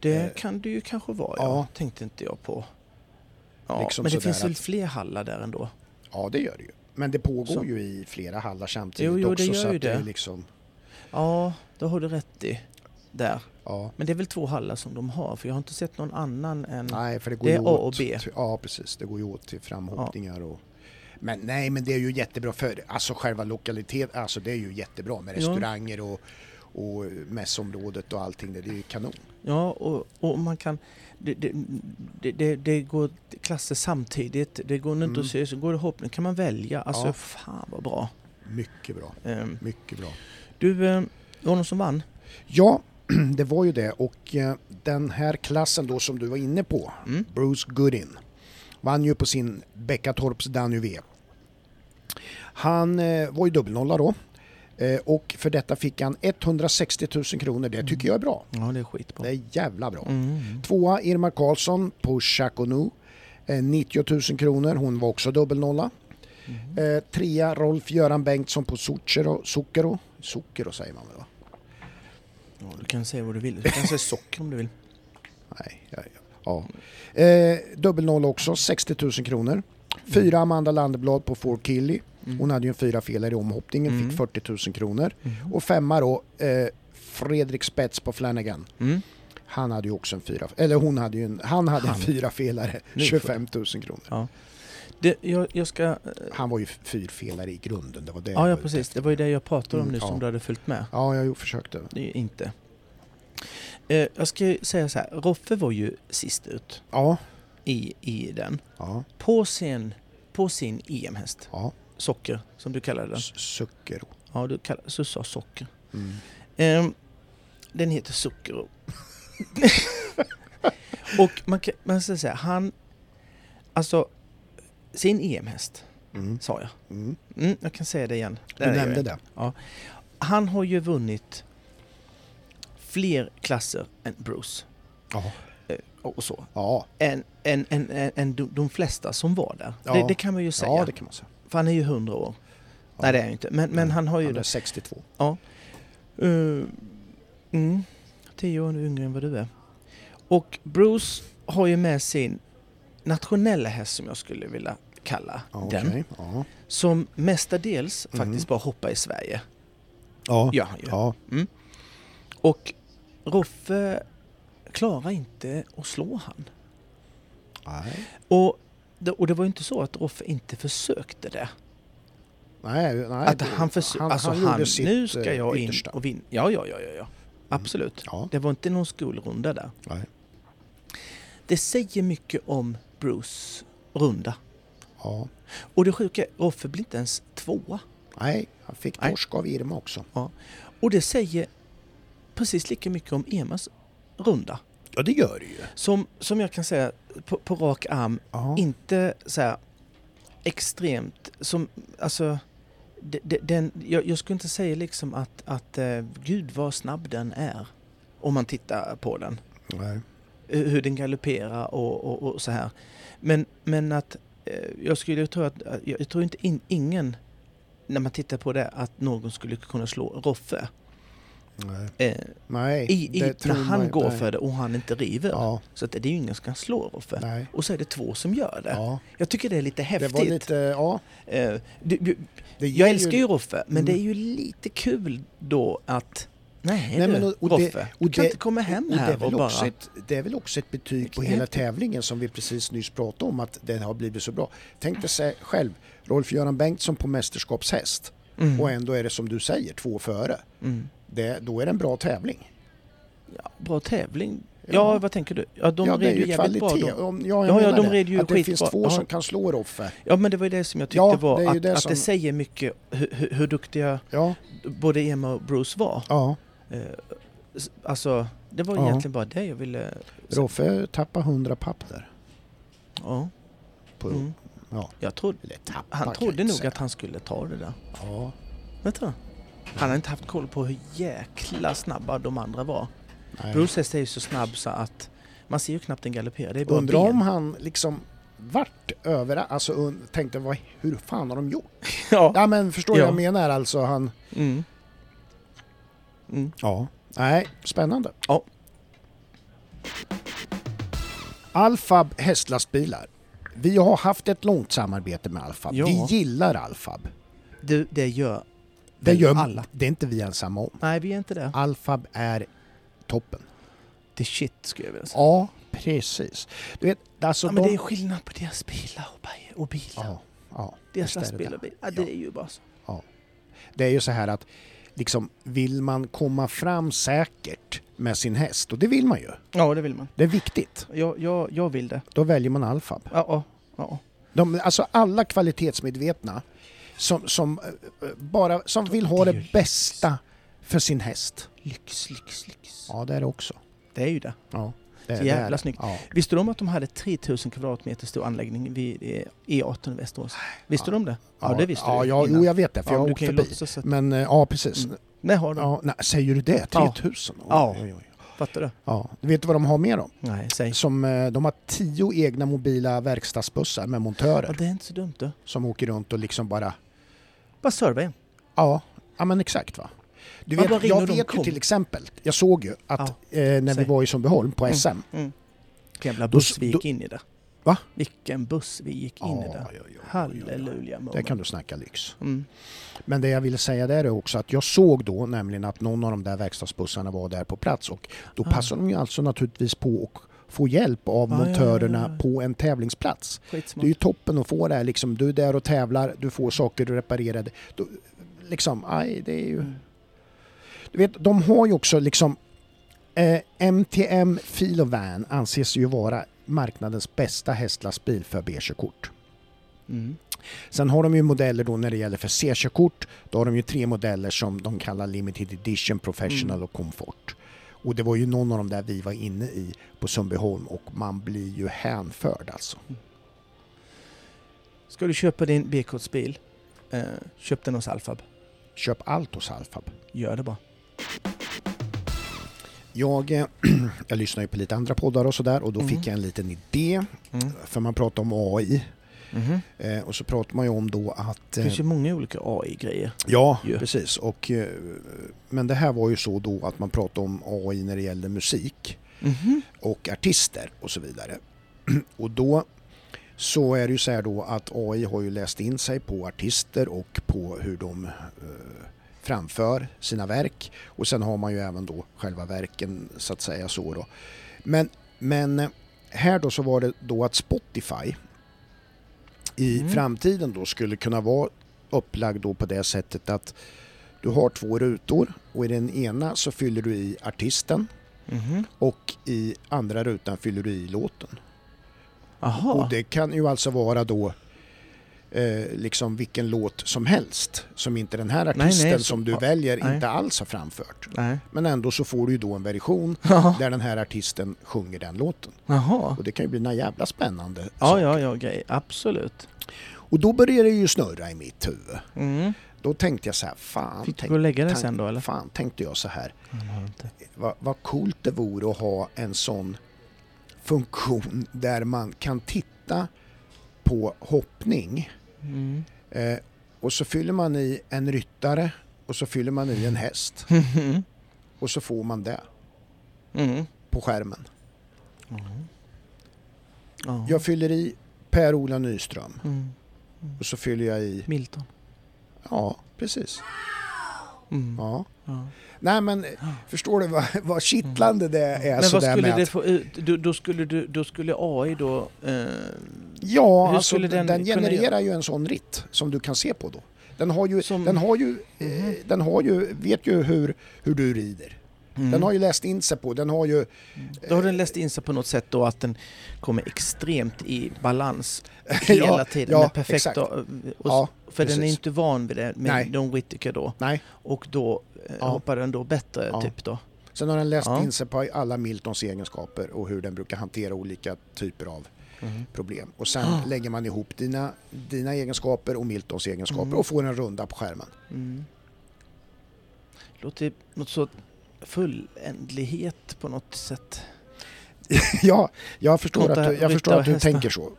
det
Eh,
kan det ju kanske vara. Ja.
ja.
Tänkte inte jag på. Ja,
Liksom
men det
sådär
finns väl
att-
fler hallar där ändå?
Ja, det gör det ju. Men det pågår
Så.
ju i flera hallar samtidigt
Jo, jo, det gör
också. så
ju
att det.
det.
är liksom,
Ja, då har du rätt i. Där.
ja.
Men det är väl två hallar som de har, för jag har inte sett någon annan än...
Nej, för det går
Det är
ju
A och
åt,
B.
till- Ja, precis. Det går ju åt till framhoppningar och... Men nej, men det är ju jättebra för alltså själva lokaliteten, alltså det är ju jättebra med
Ja.
restauranger och, och mässområdet och allting. Det är ju kanon.
Ja, och, och man kan... Det, det, det, det, det går klasser samtidigt. Det går inte
Mm.
att se, så går det hopp. Nu kan man välja. Alltså,
Ja.
fan vad bra.
Mycket bra,
Ehm,
mycket bra.
Du, eh, var det någon som vann?
Ja, det var ju det och eh, den här klassen då som du var inne på,
Mm.
Bruce Goodin, vann ju på sin Bäckatorps Danuve. Han eh, var ju dubbelnolla då eh, och för detta fick han 160 000 kronor. Det tycker jag är bra.
Ja, det är skitbra.
Det är jävla bra.
Mm.
Tvåa Irma Karlsson på Chaconu. eh, 90 000 kronor, hon var också dubbelnolla.
Mm.
Eh, trea Rolf-Göran Bengtsson på Zucchero, Zucchero, Zucchero säger man väl va?
Ja, du kan säga vad du vill. Du kan säga socker om du vill.
Nej, ja, ja. ja. Eh, dubbel noll också, 60 000 kronor.
Mm.
Fyra Amanda Landeblad på 4 Killy. Hon hade ju en fyra felare i omhoppningen,
Mm.
fick 40 000 kronor.
Mm.
Och femma då, eh, Fredrik Spets på Flanagan.
Mm.
Han hade ju också en fyra, eller hon hade ju en, han hade
Han.
en fyra felare,
Nu får-
25 000 kronor.
Det, jag, jag ska... eh,
Han var ju fyrfelare i grunden, det var det jag
Ja, ja
var ute
precis.
efter.
Det var ju det jag pratade om
Mm,
nu som
ja.
du hade följt med.
Ja, jag försökte.
Det är ju inte. Eh, jag ska ju säga så här. Roffe var ju sist ut
Ja,
i, i den.
ja,
På sin, på sin EM-häst,
ja.
Socker, som du kallade den.
S- Sucker.
Ja, du kallade, så sa Socker.
Mm.
Ehm, den heter Zucchero. och man kan man ska säga, han... Alltså, sin EM-häst,
Mm.
sa jag.
Mm.
Mm, jag kan säga det igen.
Du
Där är jag
nämnde
igen.
det.
Han har ju vunnit fler klasser än Bruce.
Ja,
eh, Och så.
ja,
Än, än, än, än, än de, de flesta som var där.
Ja.
Det, det kan man ju säga.
ja det kan man säga.
För han är ju 100 år.
Ja.
Nej det är han ju inte. Men, men
Nej,
han har ju
Han är
det.
62.
Eh, mm, tio år yngre än vad du är. Och Bruce har ju med sin nationella häst som jag skulle vilja kalla
Ja,
den.
okej. Ja.
Som mestadels
Mm.
faktiskt bara hoppar i Sverige.
Ja.
Gör han ju.
Ja.
Och Roffe klarar inte att slå han.
Nej.
Och det, och det var ju inte så att Roffe inte försökte det.
Nej, nej.
att
det-
han försökte,
han-
alltså
han
han,
gjorde sitt,
nu ska
eh,
jag in
yttersta.
och vinna. Ja, ja, ja, ja, ja. absolut.
Ja.
Det var inte någon skolrunda där.
Nej.
Det säger mycket om Bruce runda.
Ja.
Och det sjuka är, Roffe blir inte ens tvåa.
Nej, han fick
Nej.
torsk av Irma också.
Och det säger precis lika mycket om Emas runda.
Ja, det gör det ju.
Som, som jag kan säga på, på rak arm,
Ja.
inte så här extremt som, alltså, de- de- den, jag, jag skulle inte säga liksom att, att eh, gud vad snabb den är. Om man tittar på den.
Nej.
hur hur den galopperar och, och, och så här. Men, men att eh, jag skulle tro att, att jag, jag tror inte in, ingen, när man tittar på det, att någon skulle kunna slå Roffe.
Nej.
Eh,
nej
i, i, när
tror
han
man-
går
nej.
för det och han inte river.
Ja.
Så att det är ju ingen som kan slå Roffe.
Nej.
Och så är det två som gör det.
Ja.
Jag tycker det är lite
Det
häftigt.
var lite, ja.
Eh, det, ju-
Det ger
jag älskar ju Roffe, men
Mm.
det är ju lite kul då att Nej,
Nej,
du,
men och- och det-
Roffe,
och
du kan
det-
inte komma hem
Och det, är
här och,
väl
bara...
också ett, det är väl också ett betyg på
Vilket
hela
häftigt.
tävlingen som vi precis nyss pratade om att den har blivit så bra. Tänk dig se- själv Rolf-Göran Bengtsson på mästerskapshäst
Mm,
och ändå är det som du säger, två före.
mm.
Det, då är det en bra tävling.
Ja, bra tävling. Ja,
Ja.
vad tänker du? Ja, de
ja, det är
red ju
ju
jävligt bra.
kvalitet.
De,
Om- ja,
Ja,
jag
ja,
menar
de
det.
red ju
Att det finns
skitbra.
två
Ja.
som kan slå Roffe.
ja, men det var ju det som jag tyckte
Ja,
var
det är ju
att,
det
att
som-
det säger mycket hur, hur, hur duktiga
Ja,
både Emma och Bruce var.
ja,
Eh, s- Alltså, Det var
Ja.
egentligen bara det jag ville...
Roffe tappade 100 papp där.
Ja.
På,
Mm.
ja.
Jag trodde,
Eller tappa kan
han
jag
trodde
inte
nog
säga.
att han skulle ta det där.
Ja.
Vet du? Han har inte haft koll på hur jäkla snabba de andra var.
Nej.
Bruce är ju så snabb så att man ser ju knappt en galoppera. Det är bara
Undrar
ben.
om han liksom vart över, alltså un, tänkte vad, hur fan har de gjort?
Ja.
Ja men förstår du
Ja.
vad jag menar alltså han...
Mm. Mm.
Ja. Nej, spännande.
Ja.
Alfab hästlastbilar. Vi har haft ett långt samarbete med Alfab.
Ja.
Vi gillar Alfab.
Du, det gör
Det,
väl
gör,
alla.
det är inte vi ensamma om.
Nej, vi är inte det.
Alfab är toppen.
Det är shit skulle jag vilja säga.
Ja, precis. Du vet, alltså
Ja, men
de...
det är skillnad på deras bilar och, bi- och bilar.
ja, ja,
deras
visst är det
lastbilar och
det.
bilar. Ja, det är ju bara så.
Det är ju så här att liksom, vill man komma fram säkert med sin häst, och det vill man ju,
Ja, det vill man.
det är viktigt,
Jag, jag, jag vill det.
då väljer man Alfab.
Ja, ja, ja.
De, alltså alla kvalitetsmedvetna som, som, eh, bara, som vill ha
det är ju
det bästa för sin häst.
Lyx, lyx, lyx.
Ja, det är det också.
Det är ju det.
Ja, det,
Så
det
jävla
är det.
snyggt.
Ja.
Visste du om att de hade 3000 kvadratmeter stor anläggning vid eh, E18 i Västerås? Visste du om det? Ja, det visste
ja,
du
ja,
innan.
Jo, jag vet det, för jag har
du
åkt
kan ju
förbi.
låtsas att-
Men eh, ja, precis.
Mm. Nej, har de.
Ja, nej, säger du det?
Ja.
3000? Oj,
Ja.
oj, oj.
Fattar du?
Ja. Vet du vad de har med dem?
Nej, säg.
Som, eh, de har tio egna mobila verkstadsbussar med
Ja,
montörer
det är inte så dumt du.
som åker runt och liksom bara...
Bara serva
Ja, ja men exakt va. Du
Ja,
vet,
bara ringer
jag
och de
vet ju
kom.
till exempel, jag såg ju att eh, när
säg. Mm.
vi var i Sundbyholm på SM.
Vilken jävla
Då s-
buss vi gick in i där.
Va?
Vilken buss vi gick in i
Ja,
där.
ja, ja, ja,
Halleluja
Där
moment.
kan du snacka lyx.
Mm.
Men det jag ville säga där är också att jag såg då nämligen att någon av de där verkstadsbussarna var där på plats och då
Ah.
passar de ju alltså naturligtvis på att få hjälp av
Ah, ja, ja,
montörerna
ja, ja.
på en tävlingsplats. Det
Skitsmart.
är ju toppen att få det här liksom, du är där och tävlar, du får saker reparerade. Då, liksom, aj, det är ju...
Mm.
Du vet, de har ju också liksom... Eh, MTM Filovan anses ju vara marknadens bästa hästlastbil för B-körkort.
Mm.
Sen har de ju modeller då när det gäller för C-körkort. Då har de ju tre modeller som de kallar Limited Edition, Professional
Mm.
och Comfort. Och det var ju någon av dem där vi var inne i på Sundbyholm och man blir ju hänförd alltså.
Ska du köpa din B-kortsbil, eh, köp den hos Alfab.
Köp allt hos Alfab.
Gör det bara.
Jag, eh, jag lyssnar ju på lite andra poddar och sådär och då
Mm.
fick jag en liten idé.
Mm.
För man pratar om AI
Mhm.
eh, och så pratar man ju om då att...
Det
eh,
finns ju många olika AI-grejer.
Ja,
ju.
precis. Och, eh, men det här var ju så då att man pratade om AI när det gällde musik
Mhm.
och artister och så vidare. Och då så är det ju så här då att AI har ju läst in sig på artister och på hur de eh, framför sina verk. Och sen har man ju även då själva verken så att säga så då. Men, men eh, här då så var det då att Spotify i
Mm.
framtiden då skulle kunna vara upplagd då på det sättet att du har två rutor och i den ena så fyller du i artisten
Mhm.
och i andra rutan fyller du i låten. Och
Aha.
det kan ju alltså vara då eh, liksom vilken låt som helst som inte den här
nej,
artisten
så-
som du
ja,
väljer
nej.
inte alls har framfört.
Nej.
Men ändå så får du ju då en version
Jaha.
där den här artisten sjunger den låten.
Jaha.
Och det kan ju bli några jävla spännande
Ja,
saker.
ja, ja, grejer. Absolut.
Och då börjar det ju snurra i mitt huvud.
Mm.
Då tänkte jag så här, fan,
Fick du
tänk-
gå och lägga dig
tan-
sen då eller?
fan tänkte jag så här,
Han har inte.
vad, vad coolt det vore att ha en sån funktion där man kan titta på hoppning
Mm.
eh, och så fyller man i en ryttare och så fyller man i en häst
Mhm.
och så får man det
Mm.
på skärmen.
Ja.
Jag fyller i Per-Ola Nyström
Mm.
och så fyller jag i,
Milton.
ja precis,
Mm.
ja.
Ja.
Nej men eh, förstår du vad, vad kittlande det är
Men vad
sådär
skulle
med
det
att-
få ut? Då, då, skulle, du, då skulle AI då... Eh,
Ja,
Hur
alltså,
skulle
den,
den
den
kunna
genererar ju en sån ritt som du kan se på då. Den har ju,
Som- Mhm.
den har ju, eh, den har ju vet ju hur, hur du rider. Den har ju läst in sig på, den har ju,
mm. då har den läst in sig på något sätt då att den kommer extremt i balans hela
Ja,
tiden.
ja,
med perfekt
exakt.
och, och,
Ja,
för den är
precis.
inte van vid det med
Nej.
Don Whittaker då.
nej,
Och då eh,
Ja.
hoppar den då bättre
Ja.
typ då.
Sen har han läst
Ja.
in sig på alla Miltons egenskaper och hur den brukar hantera olika typer av Mm-hmm.
Mhm.
problem. Och sen
Ah.
lägger man ihop dina, dina egenskaper och Miltons egenskaper
Mm.
och får en runda på skärmen.
Mm. Låter något så fulländlighet på något sätt.
ja, jag förstår
Låta
att du,
rytta
jag förstår att du
hästar.
tänker så.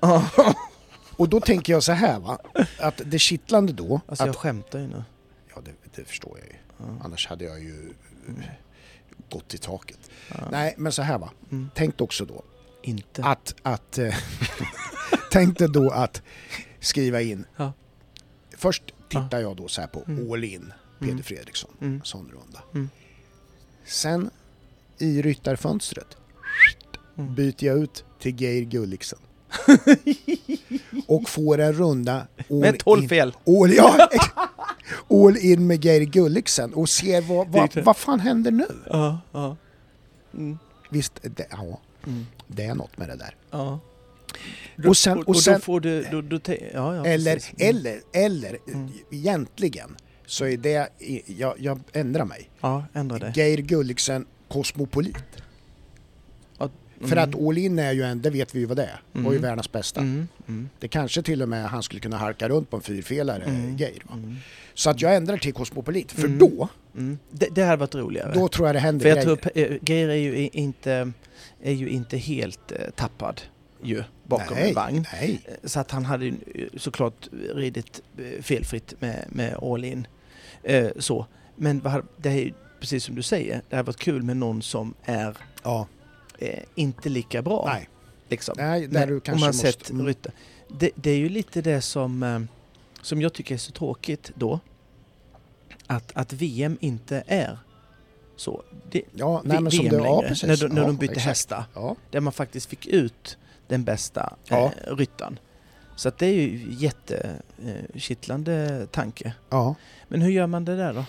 Och då tänker jag så här va, att det kittlande då,
Alltså
att,
jag skämtar ju nu.
ja det, det förstår jag ju,
Ja. Mm.
annars hade jag ju eh, gått i taket.
Ja.
Nej, men så här va,
Mm.
tänk också då
Inte.
att, att eh, tänk dig då att skriva in.
Ja.
Först tittar jag då så här på
Mm.
All In, Peder
Mm.
Fredriksson,
Mm.
sån runda.
Mm.
Sen i ryttarfönstret
Mm.
byter jag ut till Geir Gulliksen. och får en runda all
Med 12
in,
fel.
all, ja, ex- all in med Geir Gulliksen och ser vad, vad, vad fan händer nu?
Ja, ja. Mm.
Visst, det, ja,
Mm.
det är något med det där.
Ja.
Och sen- och
och
sen-
då får du... Då, då te- ja, ja,
Eller,
precis. Mm.
eller, eller,
Mm.
egentligen så är det, jag, jag ändrar mig.
Ja, ändra det.
Geir Gulliksen, kosmopolit.
Ja,
För
mm.
att all in är ju en, det vet vi ju vad det är, var ju
Mm.
världens bästa.
Mm. Mm.
Det kanske till och med han skulle kunna harka runt på en fyrfelare,
Mm.
Geir. Eh, Va?
Mm.
Så att jag ändrar till kosmopolit, för
Mm.
då,
Mm. Det, det hade varit roligare.
då tror jag det händer
För jag
grejer.
tror Pe- eh, Geir är ju i- inte, är ju inte helt eh, tappad ju, bakom
nej,
en vagn.
Nej,
Eh, Så att han hade ju eh, såklart ridit eh, felfritt med, med all in. Eh, så. Men vad hade- det är ju precis som du säger, det hade varit kul med någon som är
ja,
eh, inte lika bra.
nej.
Liksom.
nej där
Men
du
om
kanske
man
måste...
sett
mm,
rytta. Det, det är ju lite det som, eh, som jag tycker är så tråkigt då. Att, att VM inte är så. Det,
ja,
vi-
nej, men som
VM
det, ja,
längre,
precis.
när, de, när
ja,
de bytte
exakt.
hästar.
Ja,
Där man faktiskt fick ut den bästa
Ja.
eh, ryttaren. Så att det är ju jättekittlande tanke.
ja.
Men hur gör man det där då?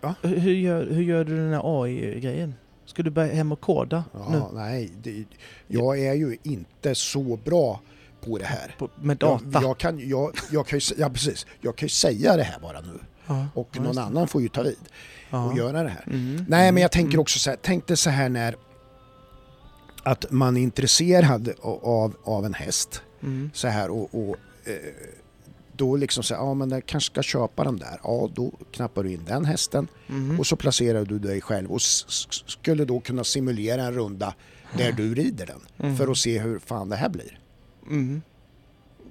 Va?
Hur, hur, gör, hur gör du den här AI-grejen? Ska du börja hem och koda nu
ja nej. Det, jag är ju inte så bra på det här.
på, med
Jag,
data?
jag, kan, jag, jag, kan ju, sä- ja, precis. jag kan ju säga det här bara nu
Ja,
och
ja,
någon
just det.
annan får ju ta vid
Ja.
och göra det här.
Mm,
Nej,
mm,
men jag tänker
mm.
också så här, tänk dig så här när att man är intresserad a- av, av en häst
Mm.
så här och, och eh, då liksom säger ja men jag kanske ska köpa den där. Ja, då knappar du in den hästen
Mhm.
och så placerar du dig själv och s- s- skulle då kunna simulera en runda där du rider den
Mm.
för att se hur fan det här blir.
Mm.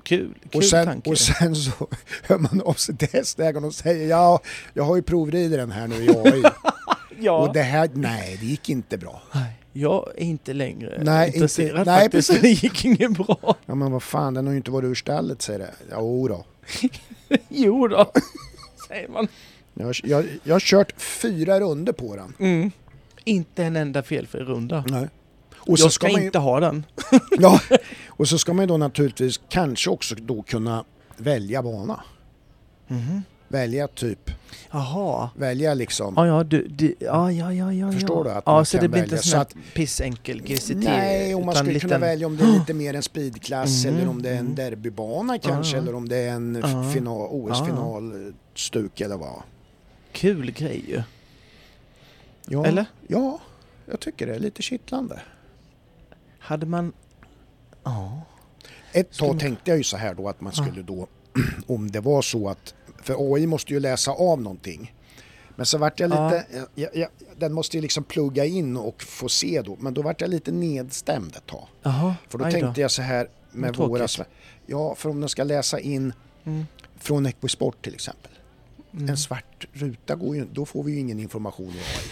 Kul, kul
Och sen,
tanke.
och sen så hör man av sig till hästägaren och säger ja, jag har ju provridit den här nu i AI
ja.
och det här, nej det gick inte bra.
Nej, jag är inte längre
Nej, inte-
intresserad
nej,
faktiskt.
precis.
Det gick inget bra.
Ja men vad fan, den har ju inte varit ur stallet säger det. Jo då.
Jo då, säger man.
Jag, har- jag, jag har kört fyra runder på den.
Mm. Inte en enda felfri runda.
Nej.
Och
Mm. Och så
jag
ska
ska,
man ju,
inte ha den.
ja, och så ska man ju då naturligtvis kanske också då kunna välja bana.
Mhm.
Välja typ,
Jaha.
välja liksom.
Ja, ja, du, du, ja, ja, ja, ja.
Förstår
ja.
du att
ja,
man
så
kan
det blir inte
välja?
en sån här
Så
pissenkel GCT.
Nej, och man
utan
skulle kunna
liten-
välja om det är lite mer en speedklass
Mm,
eller om det är en
mm.
derbybana kanske
Ja.
eller om det är en f-
Ja.
final,
Ja.
OS-finalstuk eller vad.
Kul grej ju.
Ja,
Eller?
Ja, jag tycker det är lite kittlande.
Hade man... Ja.
Ett
Skulle
tag
man-
tänkte jag ju så här då att man
Ja.
skulle då, om det var så att, för AI måste ju läsa av någonting. Men så vart jag
Ja.
lite, jag, jag, den måste ju liksom plugga in och få se då, men då vart jag lite nedstämd ett tag.
Jaha.
För då
aj
tänkte jag så här med
Vad tråkigt.
våra... sve- Ja, för om den ska läsa in
Mm.
från Equisport till exempel.
Mm.
En svart ruta går ju Då får vi ju ingen information i AI.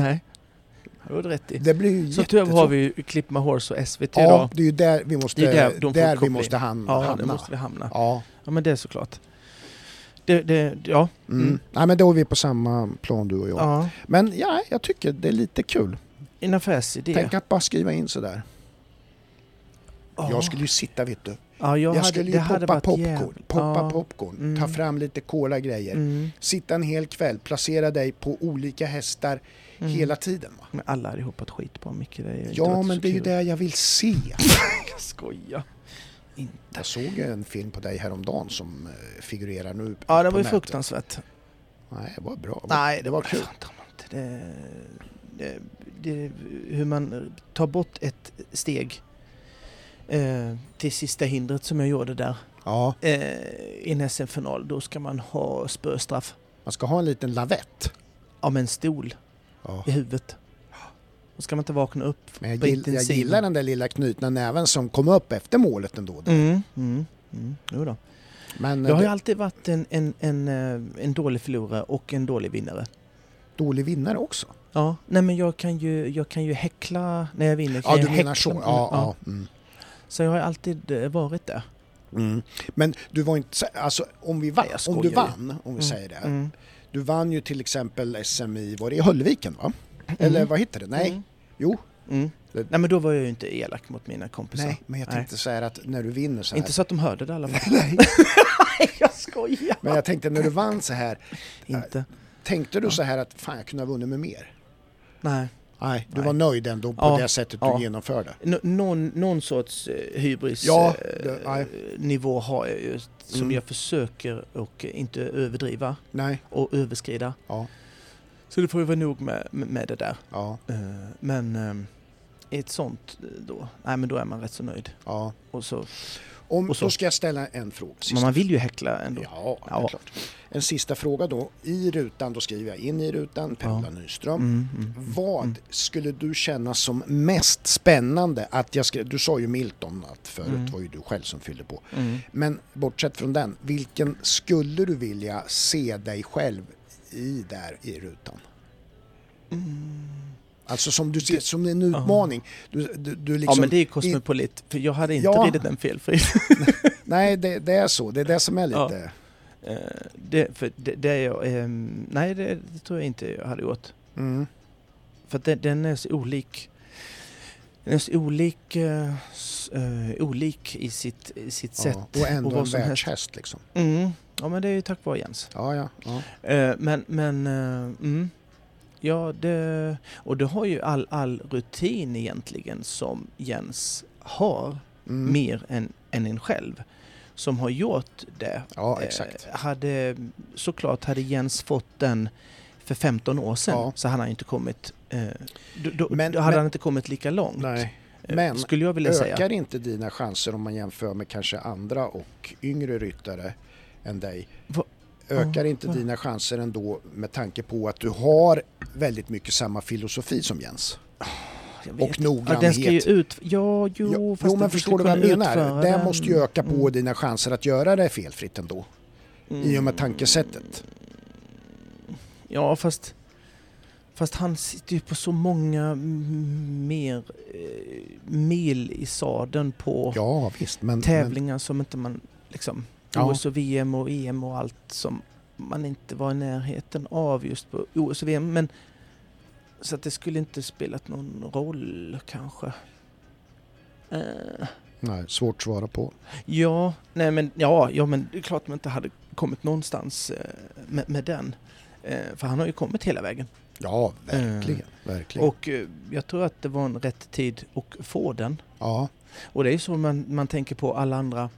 Nej. Det var du rätt i.
Det blir ju
Så tur har
jättetråkigt.
vi ju Klipp med Horse och SVT
Ja,
då.
det är ju där vi måste,
Det är där de
där
får
vi
koppling.
måste han,
Ja,
hamna.
det måste vi hamna.
Ja.
Ja, men det är såklart. Det, det, ja.
Mm.
Mm.
Nej, men då är vi på samma plan du och jag.
ja.
Men ja, jag tycker det är lite kul.
En affärsidé.
Tänk att bara skriva in sådär.
ja.
Jag skulle ju sitta, vet du.
ja,
Jag,
jag hade,
skulle
det
ju
hade
poppa
varit
popcorn,
jävligt-
poppa
ja.
popcorn,
Mm.
ta fram lite coola grejer.
Mm.
Sitta en hel kväll, placera dig på olika hästar
Mm.
hela tiden. Va?
Men alla hade ju hoppat skit på Micke. Det är ju inte
Ja,
varit så
men det är ju
kul.
det jag vill se.
Jag skojar. Inte.
Jag såg ju en film på dig häromdagen som eh, figurerar nu
Ja, det var
på
ju
nätet.
fruktansvärt.
Nej, det var bra. Det var-
Nej,
det var kul.
Fan, ta mig inte. enkelt. Det, det, det, hur man tar bort ett steg eh, till sista hindret som jag gjorde där
Ja,
eh, i en SM-final. Då ska man ha spöstraff.
man ska ha en liten lavett.
Ja, men en stol
Ja.
i huvudet. Då ska man inte vakna upp.
Men jag,
på
gill, jag
intensiven.
gillar den där lilla knutna näven som kom upp efter målet ändå.
Mm, mm, mm. Jo då.
Men eh,
Jag har ju
jag...
alltid varit en, en, en, eh, en dålig förlorare och en dålig vinnare.
dålig vinnare också.
Ja, nej men jag kan ju, jag kan ju häckla när jag vinner. Kan
Ja,
jag
du menar
häckla-
så. Ja, ja. Mm.
Så jag har alltid eh, varit där.
Mm. Men du var inte, så- alltså om vi vann,
Nej, jag skojar
om du
ju.
vann, om
Mm.
vi säger det.
Mm.
Du vann ju till exempel SM i, var det i Höllviken va? Eller vad heter det? Nej,
Mm.
jo.
Mm.
Det-
Nej men då var jag ju inte elak mot mina kompisar.
Nej, men jag
Nej.
tänkte så här att när du vinner så här.
Inte så att de hörde det i alla fall.
Nej,
Nej jag skojar!
men jag tänkte när du vann så här,
Inte.
tänkte du så här att fan jag kunde ha vunnit med mer?
Nej.
Nej, du
Nej.
var nöjd ändå på
Ja,
det sättet du
ja.
genomförde.
Nå- någon, någon sorts eh, hybris
Ja,
eh,
det- nej.
nivå har jag ju som
Mm.
jag försöker och inte överdriva
Nej,
och överskrida.
ja,
Så det får ju vara nog med, med med det där.
ja,
Eh, Men eh, i ett sånt eh, då, nej men då är man rätt så nöjd.
ja.
Och så,
Om,
Och så-
då ska jag ställa en fråga.
men
Sista.
man vill ju häckla ändå.
Ja, det är
Ja.
klart. En sista fråga då. I rutan, då skriver jag in i rutan, Paula
Ja.
Nyström.
Mm, mm.
Vad skulle du känna som mest spännande? Att jag skrev, du sa ju Milton att förut
Mm.
var ju du själv som fyllde på.
Mm.
Men bortsett från den, vilken skulle du vilja se dig själv i där i rutan?
Mm.
Alltså som du ser som en utmaning. Du, du, du liksom,
ja men det är kosmopolit, för jag hade inte
Ja.
ridit den felfri.
Nej, det, det är så. Det är det som är lite...
Eh, det, för det, det är jag, ehm, nej det, det tror jag inte jag hade gjort.
Mm.
För att den, den är så olik. Den är så olik, eh, s- eh, olik i sitt, i sitt
Ja.
sätt.
Och ändå
vad
en
som helst.
världshäst liksom.
Mm. Ja men det är ju tack vare Jens.
Ja, ja. ja.
Eh, men, men, eh, mm. Ja, det, och det har ju all, all rutin egentligen som Jens har,
Mm.
mer än, än en själv, som har gjort det.
Ja,
Eh,
exakt.
hade, såklart hade Jens fått den för 15 år sedan
Ja.
så hade han ju inte kommit, eh, då, då,
Men-
då hade
men-
han inte kommit lika långt.
Nej.
eh,
men-
skulle jag vilja
Ökar
säga.
inte dina chanser om man jämför med kanske andra och yngre ryttare än dig?
Va-
Ökar
Ja,
inte
va-
dina chanser ändå med tanke på att du har väldigt mycket samma filosofi som Jens?
Jag vet
Och
inte. ja, den
noggrannhet?
ska ju ut. Ja, jo,
jo,
fast
jo men
den
förstår du
skulle
vad jag
kunna
menar?
utföra
Det
den. Mm.
måste ju öka på dina chanser att göra det felfritt ändå. I och
Mm.
med tankesättet.
Ja, fast, fast han sitter ju på så många m- mer eh, mil i sadeln på
Ja visst, men...
tävlingar som inte man liksom...
Ja.
OS och VM och EM och allt som man inte var i närheten av just på OS och VM. Men, så att det skulle inte spelat någon roll kanske. Eh,
Men, nej, svårt att svara på.
ja, nej men, ja, ja, men det är klart man inte hade kommit någonstans eh, med, med den. Eh, för han har ju kommit hela vägen.
Ja, verkligen. Verkligen.
Och eh, jag tror att det var en rätt tid att få den.
ja,
Och det är ju så man, man tänker på alla andra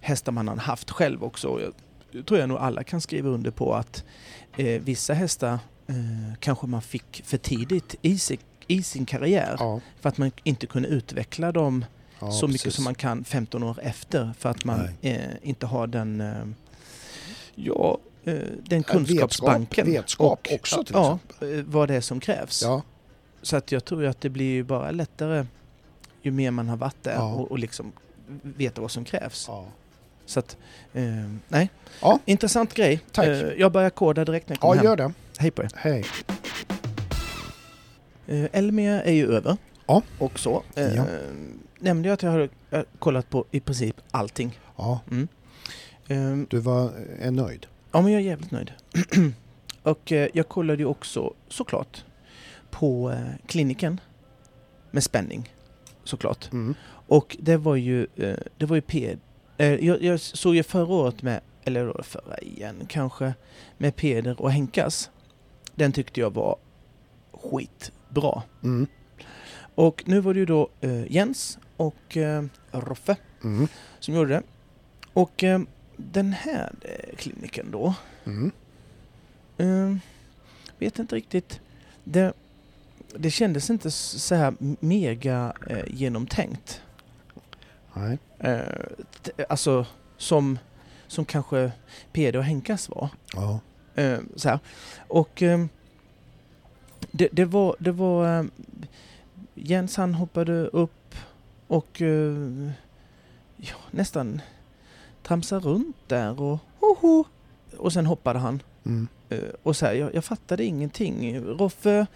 hästar man har haft själv också. Och Jag det tror jag nog alla kan skriva under på att eh, vissa hästar eh, kanske man fick för tidigt i, sig, i sin karriär
ja,
för att man inte kunde utveckla dem
ja,
så mycket
precis.
som man kan 15 år efter för att man eh, inte har den, eh, ja, eh, den
Ja, vetskap-
kunskapsbanken.
vetskap också till
ja, eh, vad det är som krävs.
Ja,
Så att jag tror ju att det blir ju bara lättare ju mer man har varit där
Ja.
och, och liksom veta vad som krävs.
ja.
Så att, eh, nej.
Ja.
Intressant grej.
Tack.
Eh, jag börjar koda direkt när jag kommer
ja gör
hem.
det.
Hej på er.
Hej.
Eh, Elmia är ju över.
Ja.
Och så. Eh,
Ja.
Nämnde jag att jag har jag har kollat på i princip allting.
Ja,
Eh,
du var, är nöjd.
ja, men jag är jävligt nöjd. och eh, jag kollade ju också såklart på eh, kliniken med spänning. Såklart.
Mm.
Och det var ju, eh, det var ju P... eh, Jag, jag såg ju förra året med, eller då förra igen kanske, med Peder och Henkas. Den tyckte jag var skitbra.
Mm.
Och nu var det ju då eh, Jens och eh, Roffe
Mm.
som gjorde det. Och eh, den här eh, kliniken då,
Mm.
eh, vet inte riktigt. det, det kändes inte s- så här mega eh, genomtänkt.
Nej.
Eh, t- alltså som, som kanske PD och Henkas var.
Ja.
Eh, så här. Och ehm, det, det var... Det var ehm, Jens han hoppade upp och eh, ja, nästan tramsade runt där och hoho, Och sen hoppade han.
Mm.
Eh, och så här, jag, jag fattade ingenting. Roffe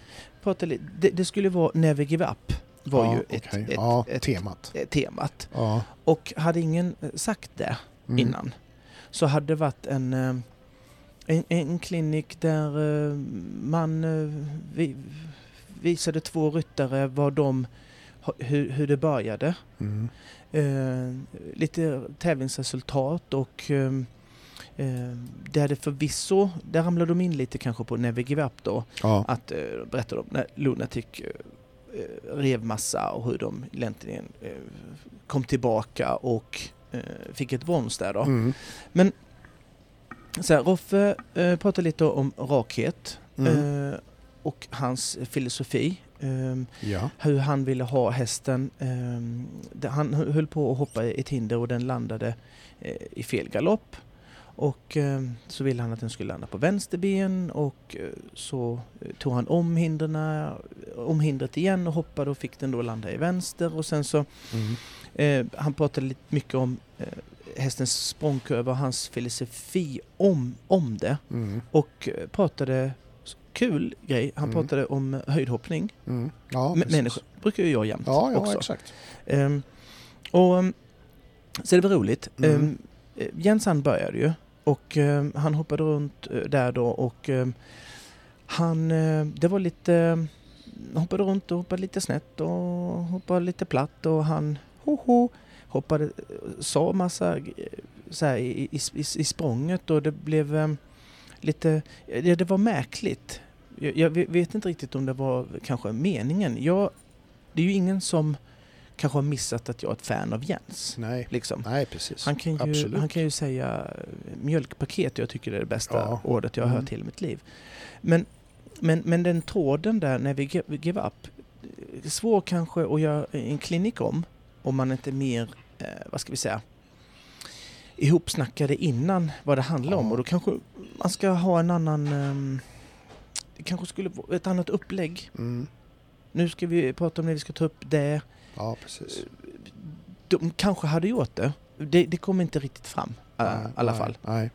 pratade lite. Det, det skulle vara Never Give Up. var
ja,
ju ett,
okej.
ett,
ja,
ett,
temat.
eh, temat.
Ja.
Och hade ingen eh, sagt det
Mm.
innan. Så hade det varit en, eh, en, en klinik där eh, man eh, vi, visade två ryttare vad de, hur, hur det började.
Mm.
Eh, lite tävlingsresultat och eh, eh, där det förvisso, där ramlade de in lite kanske på Never Give Up då,
Ja.
att eh, berätta om när Lunatic eh, eh, rev massa och hur de egentligen eh, kom tillbaka och eh, fick ett brons där då.
Mm.
Så här, Roffe eh, pratar lite om rakhet
Mm.
eh, och hans filosofi. Eh,
Ja.
hur han ville ha hästen. Eh, det- han hö- höll på att hoppa i ett hinder och den landade eh, i fel galopp. Och eh, så ville han att den skulle landa på vänster ben och eh, så eh, tog han om, hinderna, om hindret igen och hoppade och fick den då landa i vänster och sen så
Mm.
Eh, han pratade lite mycket om eh, hästens språngkurva och hans filosofi om, om det.
Mm.
Och eh, pratade, kul grej, han
Mm.
pratade om eh, höjdhoppning.
Mm. Ja,
M-
precis.
Människor brukar ju jag jämt
Ja, ja
också.
exakt.
Ehm, och, ehm, så det var roligt.
Mm.
Ehm, eh, Jens han började ju och ehm, han hoppade runt eh, där då och ehm, han, eh, det var lite, ehm, han hoppade runt och hoppade lite snett och hoppade lite platt och han hoho, hoppade, eh, sa massa eh, så här, i, i, i, i språnget och det blev ehm, lite, ja, det var märkligt. Jag, jag ve- vet inte riktigt om det var kanske meningen. Jag, det är ju ingen som kanske har missat att jag är ett fan av Jens.
Nej.
Liksom.
Nej, precis.
Han kan, ju,
Absolut.
han kan ju säga eh, mjölkpaket, jag tycker det är det bästa
Ja.
ordet jag har
Mm.
hört i hela mitt liv. Men, men, men den tråden där, när vi give, give up, eh, svår kanske att göra en klinik om, om man inte är mer, eh, vad ska vi säga, ihopsnackade innan vad det handlar om.
Ja.
Och då kanske man ska ha en annan, ehm, det kanske skulle vara ett annat upplägg.
Mm.
Nu ska vi prata om det, vi ska ta upp det.
Ja,
Eh,
precis.
De kanske hade gjort det. Det, det kom inte riktigt fram eh, i
Nej,
alla
nej,
fall.
Nej.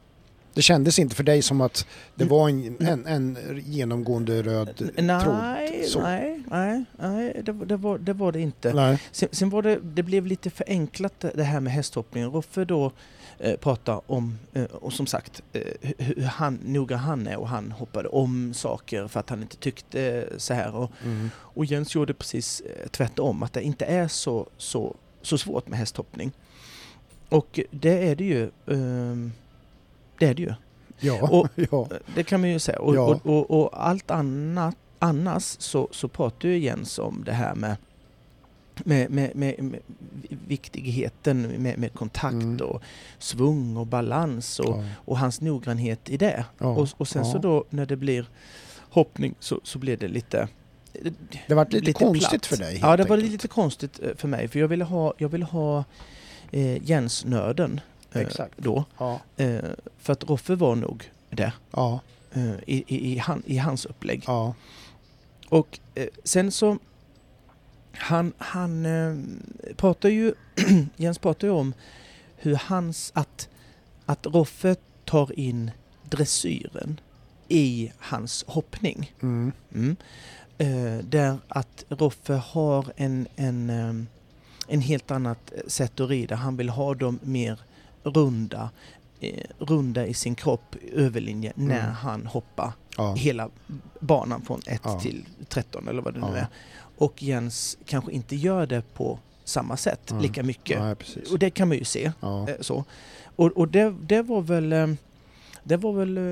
Det kändes inte för dig som att det
Mm.
var en, en, en genomgående röd
Nej,
eh, så.
nej, nej, nej det, var- det, var, det var det inte.
Nej.
Sen, sen var det, det blev lite förenklat eh, det det här med hästhoppningen. Roffe då eh, pratar om, eh, och som sagt, eh, hur- hur han, noga han är och han hoppade om saker för att han inte tyckte eh, så här. Och,
Mm.
och Jens gjorde precis eh, tvärtom, att det inte är så, så, så svårt med hästhoppning. Och det är det ju. ehm, det är det ju.
Ja.
Och-
ja.
Eh, Det kan man ju säga. Och,
Ja.
och, och, och allt annat annars så, så pratar ju Jens om det här med med, med, med, med viktigheten med, med kontakt
Mm.
och svung och balans och,
ja.
och hans noggrannhet i det.
Ja.
Och, och sen så
Ja.
då när det blir hoppning så, så blir det lite...
Det vart lite, konstigt
platt.
för dig.
Ja,
helt
det var
enkelt.
lite konstigt eh, för mig för jag ville ha, jag ville ha eh, Jens-nörden eh,
Exakt.
då.
Ja.
Eh, för att Roffe var nog det
Ja.
eh, i, i, i, han, i hans upplägg.
Ja.
Och eh, sen så... Han, han eh, pratar ju... Jens pratar ju om hur hans... Att, att Roffe tar in dressyren i hans hoppning.
Mm.
Mm. Eh, där att Roffe har en, en, eh, en helt annat sätt att rida. Han vill ha dem mer runda, eh, runda i sin kropp, överlinje, när
Mm.
han hoppar
Ja.
hela banan från 1
Ja.
till 13 eller vad det nu
Ja.
är. Och Jens kanske inte gör det på samma sätt,
Mm.
lika mycket.
Nej, precis.
Och det kan man ju se.
Ja.
eh, Så. Och, och det, det var väl, eh, det var väl eh,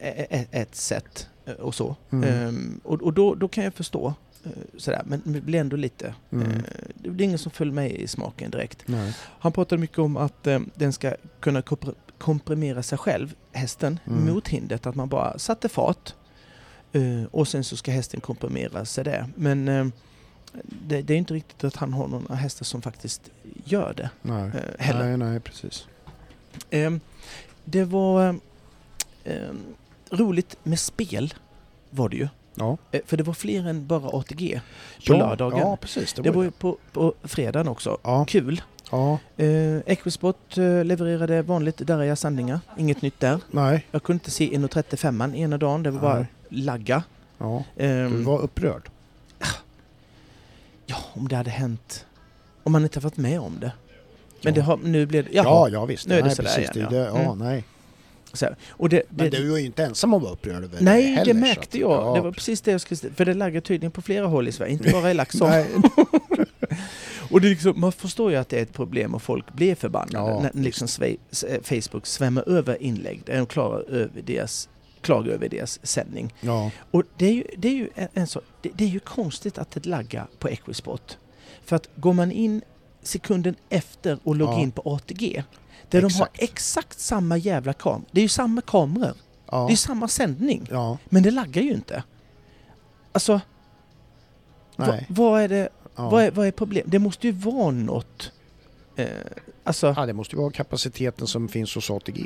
e- e- ett sätt eh, och så.
Mm.
Ehm, Och, och då, då kan jag förstå. eh, Sådär, men det blir ändå lite...
Mm.
eh, Det det är ingen som följer mig i smaken direkt.
Nej.
Han pratade mycket om att eh, den ska kunna kompr- komprimera sig själv, hästen,
Mm.
mot hindret. Att man bara satte fart Eh, och sen så ska hästen komprimera sig där. Men eh, det, det är inte riktigt att han har några hästar som faktiskt gör det
Nej.
eh, heller.
nej, nej, precis.
Ehm, det var ehm, ehm, roligt med spel var det ju.
Ja.
Eh, För det var fler än bara ATG. På lördagen.
Ja, precis. Det
Det
var
var
ju...
ju på, på fredagen också.
Ja,
Kul!
ja,
Eh, Equisport eh, levererade vanligt darriga sändningar. Inget nytt där.
nej.
Jag kunde inte se 1.35 ena dagen. Det var bara
Nej.
lagga.
Ja.
Ehm,
Du var upprörd.
Ja, om det hade hänt. Om man inte varit med om det. Men det
Ja.
har, nu blev det... Jaha.
Ja, ja visst.
Nu är det
nej,
sådär
precis.
igen,
det,
ja.
ja. Det, ja
Mm.
nej.
Så här. Och det, det,
Men du var ju inte ensam om att vara upprörd över
Nej,
det
det
heller, så att-
märkte jag.
Ja,
Det var precis det jag skulle säga. För det laggar tydligen på flera håll i Sverige, inte bara i Laxå.
Nej,
och det är liksom, man förstår ju att det är ett problem och folk blir förbannade
Ja,
när liksom sve, s- eh, Facebook svämmar över inlägg där de klarar över deras, klagar över deras sändning.
ja,
Och det är ju, det är ju en, en sak, det, det är ju konstigt att det laggar på Equisport. För att går man in sekunden efter och loggar
Ja.
in på ATG, där de har
Exakt.
exakt samma jävla kamera, det är ju samma kameror,
ja,
det är samma sändning.
ja,
Men det laggar ju inte. Alltså, va,
nej.
vad, är det,
Ja.
vad, är, vad är problemet? Det måste ju vara något. Eh, alltså,
Ja, det måste ju vara kapaciteten som finns hos ATG.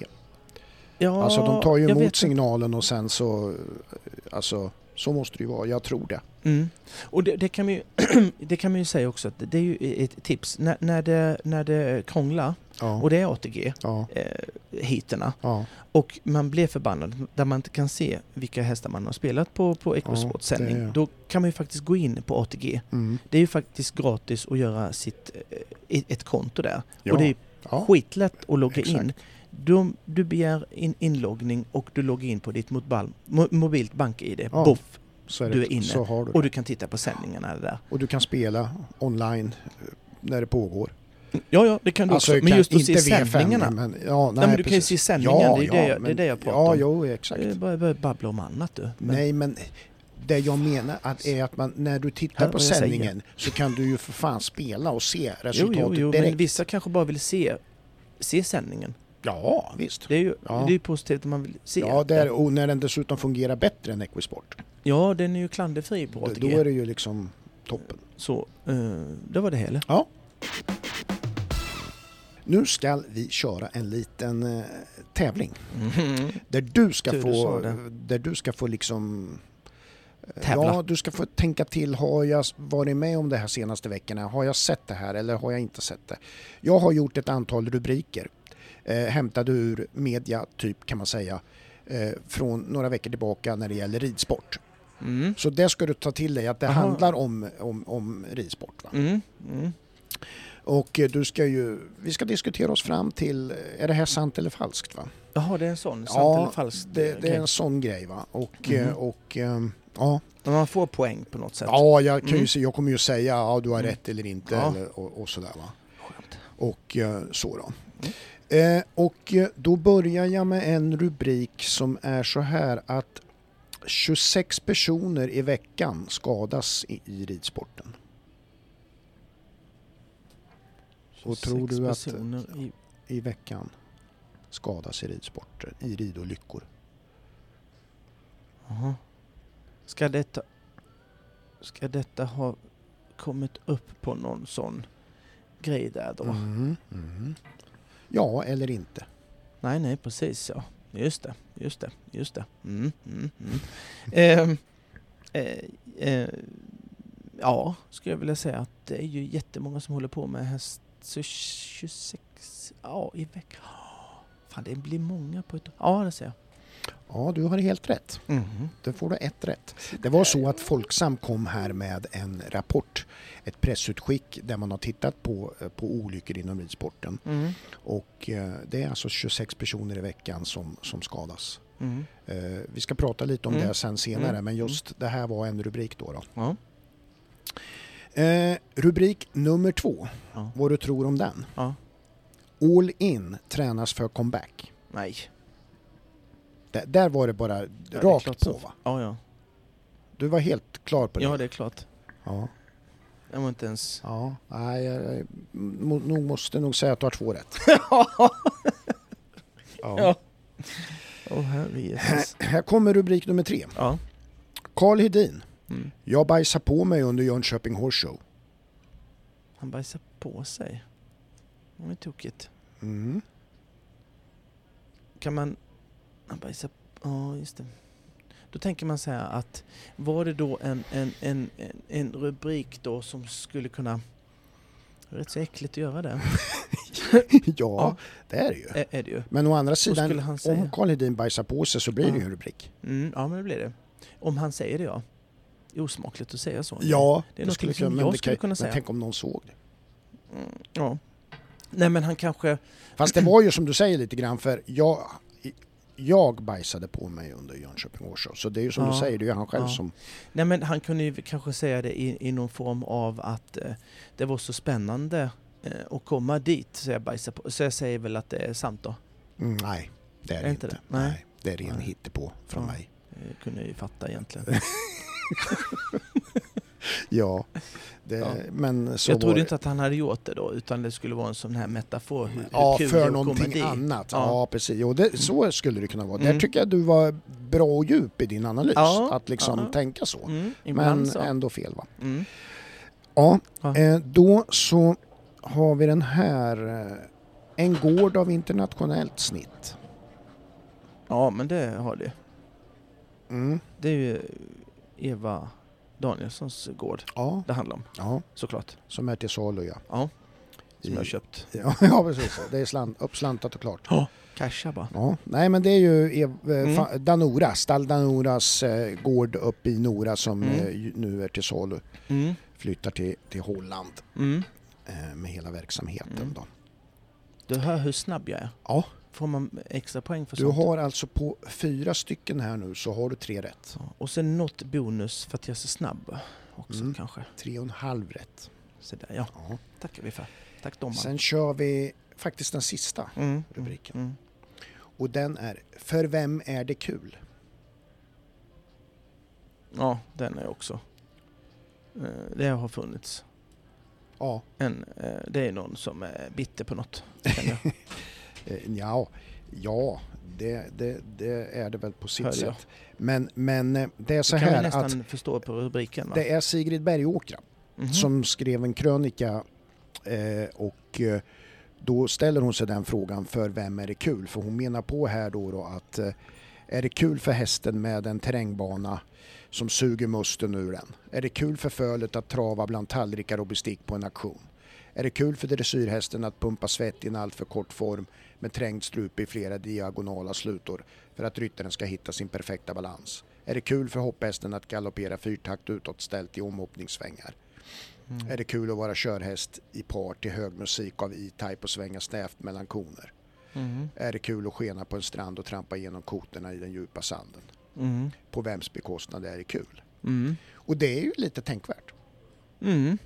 ja,
alltså de tar ju
jag
emot
vet inte.
signalen och sen så... Alltså, så måste det ju vara. Jag tror det.
Mm. Och det, det, kan man ju, det kan man ju säga också, att det- det är ju ett tips. När, när, det, när det krånglar,
Ja,
och det är ATG,
ja,
eh, hiterna,
ja.
och man blir förbannad där man inte kan se vilka hästar man har spelat på, på Ecosports
Ja, det är
sändning,
jag.
då kan man ju faktiskt gå in på ATG.
Mm.
Det är ju faktiskt gratis att göra sitt, eh, ett ett konto där.
ja.
Och det är
ja.
skitlätt att logga
Exakt.
in. Du, du begär in, inloggning och du loggar in på ditt motbal, mo, mobilt bank-id.
Ja.
Boff!
så är
du
det.
är inne.
Så har du det.
Och du kan titta på sändningarna där.
Och du kan spela online eh, när det pågår.
Ja, ja, det kan du också. Men
Alltså, kan-
just att se
V5,
sändningarna.
Men, ja, nej,
Nej, men du kan ju
precis.
se sändningarna. det, är det, jag, det är
men-
det jag pratar
ja,
om.
jo, exakt.
Jag bara, bara babbla om annat du. Eh, Men,
Nej, men det jag menar att är att man, när du tittar
Hör
på
vad jag säger.
sändningen så kan du ju för fan spela och se
jo,
resultatet
jo, jo,
direkt.
men vissa kanske bara vill se, se sändningen.
Ja, visst.
Det är ju
Ja.
det är ju positivt om man vill se.
Ja,
det.
där, och när den dessutom fungerar bättre än Equisport,
ja den är ju klanderfri på
då,
ATG.
då är det ju liksom toppen.
Så, eh, det var det hela.
Ja. Nu ska vi köra en liten eh, tävling där du ska
Tur du
få,
sa det.
där du ska få liksom eh,
Tävla.
Ja, du ska få tänka till. Har jag varit med om det här senaste veckorna? Har jag sett det här eller har jag inte sett det? Jag har gjort ett antal rubriker eh, hämtade ur media, typ kan man säga, eh, från några veckor tillbaka när det gäller ridsport.
Mm.
Så det ska du ta till dig att det
Aha.
handlar om, om, om ridsport. Va?
Mm. Mm.
Och eh, du ska ju, vi ska diskutera oss fram till, eh, är det här sant eller falskt? Va?
Jaha, det är en sån? Sant eller falskt?
det, det
grej.
är en sån grej. Va? Och,
Mhm.
eh, och, ehm, ja.
Men man får poäng på något sätt.
Ja, jag, kan
Mm.
ju, se- jag kommer ju säga ja, du har
Mm.
rätt eller inte
Ja.
eller, och, och sådär. Va?
Skönt.
Och eh, så då.
Mm.
Eh, och eh, då börjar jag med en rubrik som är så här att 26 personer i veckan skadas i, i ridsporten. Och tror
26
du att
personer i-
i veckan skadas i ridsporten, i ridolyckor.
Jaha. Ska detta... Ska detta ha kommit upp på någon sån grej där då? Mm.
Mhm, mhm. Ja, eller inte.
Nej, nej, precis ja. Just det, just det, just det. Mm, mm, mm. Ehm, eh, eh, ja, skulle jag vilja säga att det är ju jättemånga som håller på med häst. Så 26, ja i veckan. Fan, det blir många på ett Ja, det ser jag.
Ja, du har helt rätt.
Mhm.
Då får du ett rätt. Det var så att Folksam kom här med en rapport, ett pressutskick där man har tittat på, eh, på olyckor inom ridsporten.
Mm.
Och eh, det är alltså 26 personer i veckan som, som skadas.
Mm.
Eh, Vi ska prata lite om
Mm.
det sen senare,
Mm.
men just det här var en rubrik då. då.
Ja.
Eh, Rubrik nummer två,
Ja.
vad du tror om den.
Ja.
All in tränas för comeback.
Nej.
Där, där var det bara
det är klart
rakt på
som-
va?
Ja, ja.
Du var helt klar på det?
Ja, det är klart.
Ja.
Jag var inte ens...
Ja, nej, jag, jag må, nog måste nog säga att du har två rätt.
Ja. Åh, herre Jesus.
Här kommer rubrik nummer tre.
Ja.
Carl Hedin,
Mm.
jag bajsade på mig under Jönköping Horse Show.
Han bajsar på sig. Det var ju tokigt.
Mm.
Kan man... Han bajsar... Ja, just det. Då tänker man så här att var det då en, en, en, en, en rubrik då som skulle kunna... Det är rätt så äckligt att göra det.
ja, det är det ju.
Ä- är det ju.
Men å andra
skulle
sidan,
han säga?
om Carl Hedin bajsar på sig så blir det ju en rubrik.
Mm, ja, men det blir det. Om han säger det, ja. Det är osmakligt att säga så.
Ja,
Det är någonting som
men
jag
det
skulle
kan-
kunna säga.
Men tänk om någon såg det.
Ja. Nej, men han kanske...
Fast det var ju som du säger lite grann för jag, jag bajsade på mig under Jönköping Horse Show. Så det är ju som du
Ja.
säger, det är ju han själv
Ja.
som...
Nej, men han kunde ju kanske säga det i, i någon form av att eh, det var så spännande eh, att komma dit, så jag, bajsar på. så jag säger väl att det är sant då.
Mm, nej, det är det inte. Det? Nej.
Nej.
det är ren
Nej.
hittepå från
Ja.
mig.
Jag Eh, kunde ju fatta egentligen.
Ja, det,
Ja.
men så
jag
var
trodde
det.
inte att han hade gjort det då, utan det skulle vara en sån här metafor. Hur, hur
Ja,
kul det är
för
att komma
någonting
dit.
annat. Ja,
Ja.
precis. Jo, det, så skulle det kunna vara. Där
Mm.
tycker jag du var bra och djup i din analys.
Ja,
Att liksom
ja.
tänka så.
Mm, ibland
Men
så.
ändå fel va?
Mm.
Ja,
Ja.
Eh, då så har vi den här. eh, En gård av internationellt snitt.
Ja, men det har det.
Mm.
Det är ju Eva Danielssons gård
Ja,
det handlar om,
ja,
såklart.
som är till salu ja.
Ja, som jag
I-
har köpt.
Ja, ja precis. Det är slant, uppslantat och klart.
Casha bara.
Ja, nej men det är ju Ev- eh,
Mm.
fa- Danora, stall Danoras eh, gård uppe i Nora som
Mm.
eh, ju- nu är till salu.
Mm.
Flyttar till, till Holland
Mm.
eh, med hela verksamheten
Mm.
då.
Du hör hur snabb jag är.
Ja.
Får man extra poäng för
Du
sånt?
har alltså på fyra stycken här nu så har du tre rätt.
Så. Och sen något bonus för att jag är så snabb också
Mm.
kanske.
Tre och en halv rätt.
Så där, ja.
Ja.
Tackar vi för. Tack domaren.
Sen kör vi faktiskt den sista
mm.
rubriken.
Mm.
Och den är För vem är det kul?
Ja, den är också. Eh, Det har funnits.
Ja,
En, eh, det är någon som är bitter på något. känner jag.
Eh, Ja, ja det, det, det är det väl på sitt
Hör jag.
sätt. Men, men eh, det är så
Det kan vi
här att
nästan förstå på rubriken. Va?
det är Sigrid Bergåkra
Mhm.
som skrev en krönika eh, och eh, då ställer hon sig den frågan för vem är det kul? För hon menar på här då, då att eh, är det kul för hästen med en terrängbana som suger musten ur den? Är det kul för fölet att trava bland tallrikar och bestick på en auktion? Är det kul för dressyrhästen att pumpa svett i en alltför kort form med trängd strupe i flera diagonala slutor för att ryttaren ska hitta sin perfekta balans? Är det kul för hopphästen att galoppera fyrtakt utåtställt i omhoppningssvängar?
Mm.
Är det kul att vara körhäst i par till hög musik av E-Type och svänga snävt mellan koner?
Mhm.
Är det kul att skena på en strand och trampa genom koterna i den djupa sanden?
Mhm.
På vems bekostnad är det kul?
Mm.
Och det är ju lite tänkvärt.
Mm.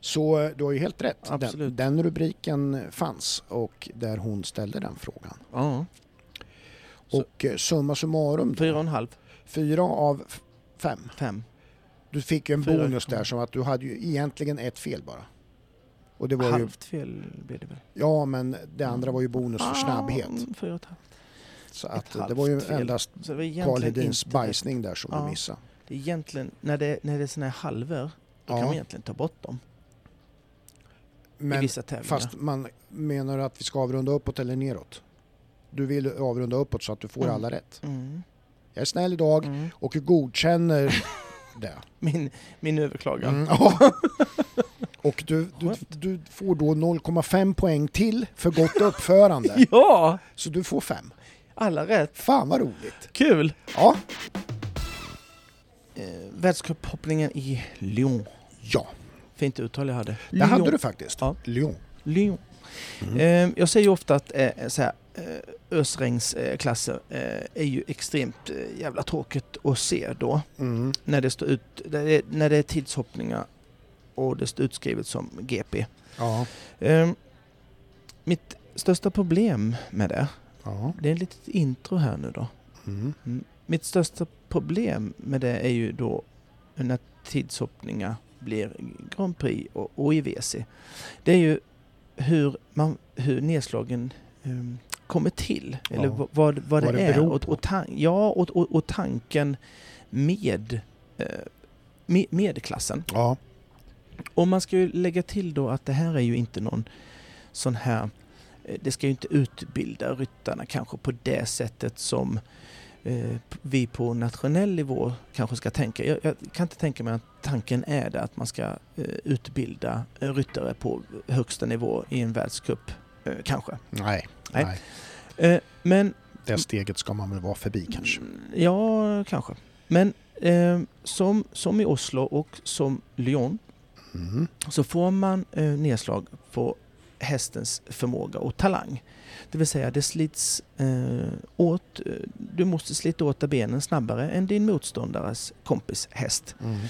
Så eh, du har ju helt rätt. Den,
Absolut.
den rubriken fanns och där hon ställde den frågan.
Ja, Så-
Och eh, summa summarum, då,
fyra och en halv,
fyra av f- fem.
fem.
Du fick ju en
Fyra,
bonus där
ja.
som att du hade ju egentligen ett fel bara. Och det var ju,
Halvt fel blev det väl?
ja men det andra var ju bonus för
Ah,
snabbhet.
Fyra och ett halvt.
Så
Ett
att eh, det var ju
halvt fel.
endast
Så det var egentligen
Karl Hedins
inte rätt.
bajsning där som du
Ja.
missade.
Det är egentligen, när det, när det är såna här halvor, då
Ja.
kan man egentligen ta bort dem i
Men
vissa tävlingar.
fast man menar att vi ska avrunda uppåt eller neråt? Du vill avrunda uppåt så att du får
Mm.
alla rätt.
Mm.
Jag är snäll idag
Mm.
och godkänner det.
Min, min överklagan.
Mm, ja. Och du, du,
Skönt.
du får då 0,5 poäng till för gott uppförande.
Ja!
Så du får 5.
Alla rätt.
Fan vad roligt!
Kul!
Ja,
Eh, världscuphoppningen i Lyon.
ja.
Fint uttal jag hade.
det hade du faktiskt.
Ja.
Lyon.
Lyon. Eh, jag säger ju ofta att eh, så här, eh, Ösrengs eh, klasser eh, är ju extremt eh, jävla tråkigt att se då.
Mm.
När det, står ut, när det, när det är tidshoppningar och det står utskrivet som GP.
Ja.
Eh, mitt största problem med det,
ja.
det är ett litet intro här nu då.
Mm.
Mitt största problem med det är ju då när tidshoppningar blir Grand Prix och, och i WC. Det är ju hur, man, hur nedslagen um, kommer till. Eller
Ja.
vad, vad, vad det,
Vad det
är.
beror
Och,
på.
och, tan- ja, och, och, och tanken med, eh, med medelklassen.
Ja,
Och man ska ju lägga till då att det här är ju inte någon sån här... eh, Det ska ju inte utbilda ryttarna kanske på det sättet som eh, p- vi på nationell nivå kanske ska tänka. Jag, jag kan inte tänka mig att tanken är det att man ska eh, utbilda eh, ryttare på högsta nivå i en världscup, eh, kanske.
nej.
Nej.
nej.
Eh, men
Det steget ska man väl vara förbi kanske.
Mm. Ja, kanske. Men eh, som, som i Oslo och som Lyon
Mm.
så får man eh, nedslag på hästens förmåga och talang. Det vill säga det slits eh, åt, eh, du måste slita åt där benen snabbare än din motståndares kompis häst.
Mm.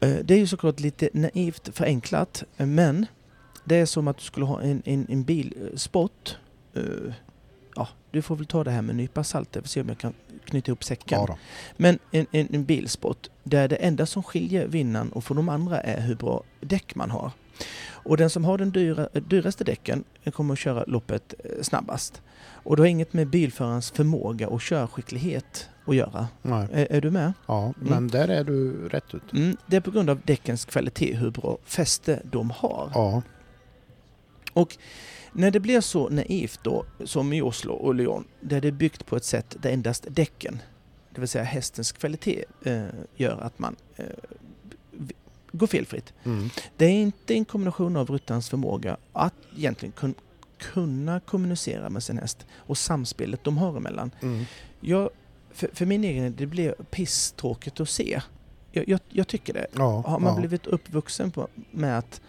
Eh, det är ju såklart lite naivt förenklat eh, men det är som att du skulle ha en, en, en bilsport. Eh, ja, du får väl ta det här med en nypa salt, jag får se om jag kan knyta ihop säcken.
Ja då.
Men en, en, en bilsport där det enda som skiljer vinnaren och från de andra är hur bra däck man har. Och den som har den dyra, eh, dyraste däcken eh, kommer att köra loppet eh, snabbast. Och det har inget med bilförarens förmåga och körskicklighet att göra.
Nej.
Är, är du med?
Ja, men
Mm.
där är du rätt ut.
Mm, det är på grund av däckens kvalitet hur bra fäste de har.
Ja,
När det blir så naivt då, som i Oslo och Lyon, där det är byggt på ett sätt där endast däcken, det vill säga hästens kvalitet, eh, gör att man eh, v- går felfritt.
mm.
Det är inte en kombination av ryttarens förmåga att egentligen kun, kunna kommunicera med sin häst och samspelet de har emellan.
Mm.
Jag, för, för min egen del, det blir pisstråkigt att se. Jag, jag, jag tycker det.
ja,
Har man
ja.
blivit uppvuxen på, med att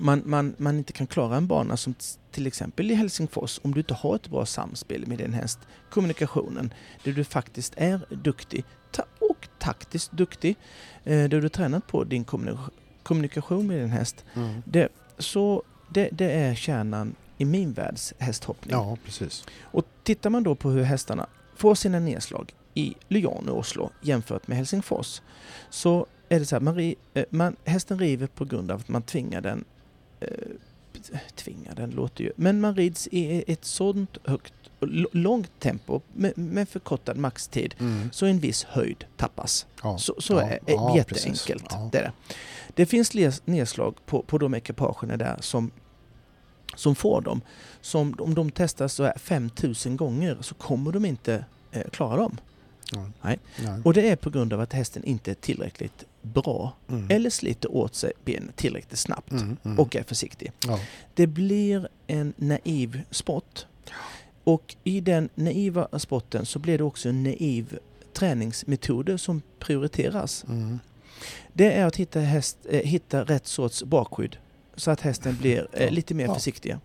man, man, man inte kan klara en bana som t- till exempel i Helsingfors om du inte har ett bra samspel med din häst, kommunikationen, där du faktiskt är duktig ta- och taktiskt duktig, eh, där du tränat på din kommunik- kommunikation med din häst.
Mm.
Det, så det, det är kärnan i min världs hästhoppning.
Ja, precis.
Och tittar man då på hur hästarna får sina nedslag i Lyon och Oslo jämfört med Helsingfors så är det så här, man, ri- eh, man, hästen river på grund av att man tvingar den eh, tvingar den låter ju, men man rids i ett sådant högt och l- långt tempo med, med förkortad maxtid
Mm.
så en viss höjd tappas.
Ja.
Så, så
Ja,
är det
ja,
jätteenkelt.
precis. Ja.
Det, är det. det finns les- nedslag på, på de ekipagerna där som, som får dem. Som om de testas så här 5000 gånger så kommer de inte eh, klara dem.
Nej.
Och det är på grund av att hästen inte är tillräckligt bra
Mm.
eller sliter åt sig benet tillräckligt snabbt
Mm, mm.
och är försiktig.
ja.
Det blir en naiv sport. Och i den naiva sporten så blir det också en naiv träningsmetoder som prioriteras.
Mm.
Det är att hitta, häst, eh, hitta rätt sorts bakskydd så att hästen blir eh,
Ja.
lite mer
Ja.
försiktig.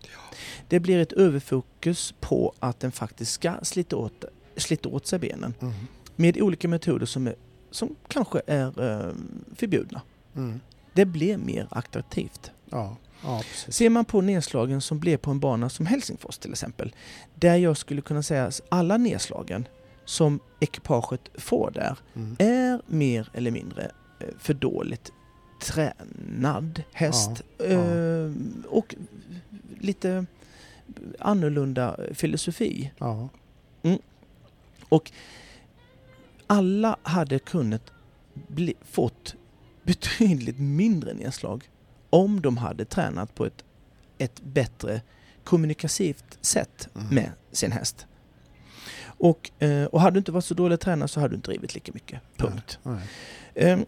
Det blir ett överfokus på att den faktiskt ska slita åt, slita åt sig benen
Mm.
med olika metoder som, är, som kanske är eh, förbjudna.
Mm.
Det blir mer attraktivt.
Ja. ja, precis.
Ser man på nedslagen som blev på en bana som Helsingfors till exempel, där jag skulle kunna säga att alla nedslagen som ekipaget får där
Mm.
är mer eller mindre eh, för dåligt tränad häst eh, och lite annorlunda filosofi.
Ja.
Alla hade kunnat bli, fått betydligt mindre nedslag om de hade tränat på ett, ett bättre kommunikativt sätt
Mm.
med sin häst. Och, eh, och hade du inte varit så dålig tränare så hade du inte drivit lika mycket. Punkt.
Nej.
Ehm,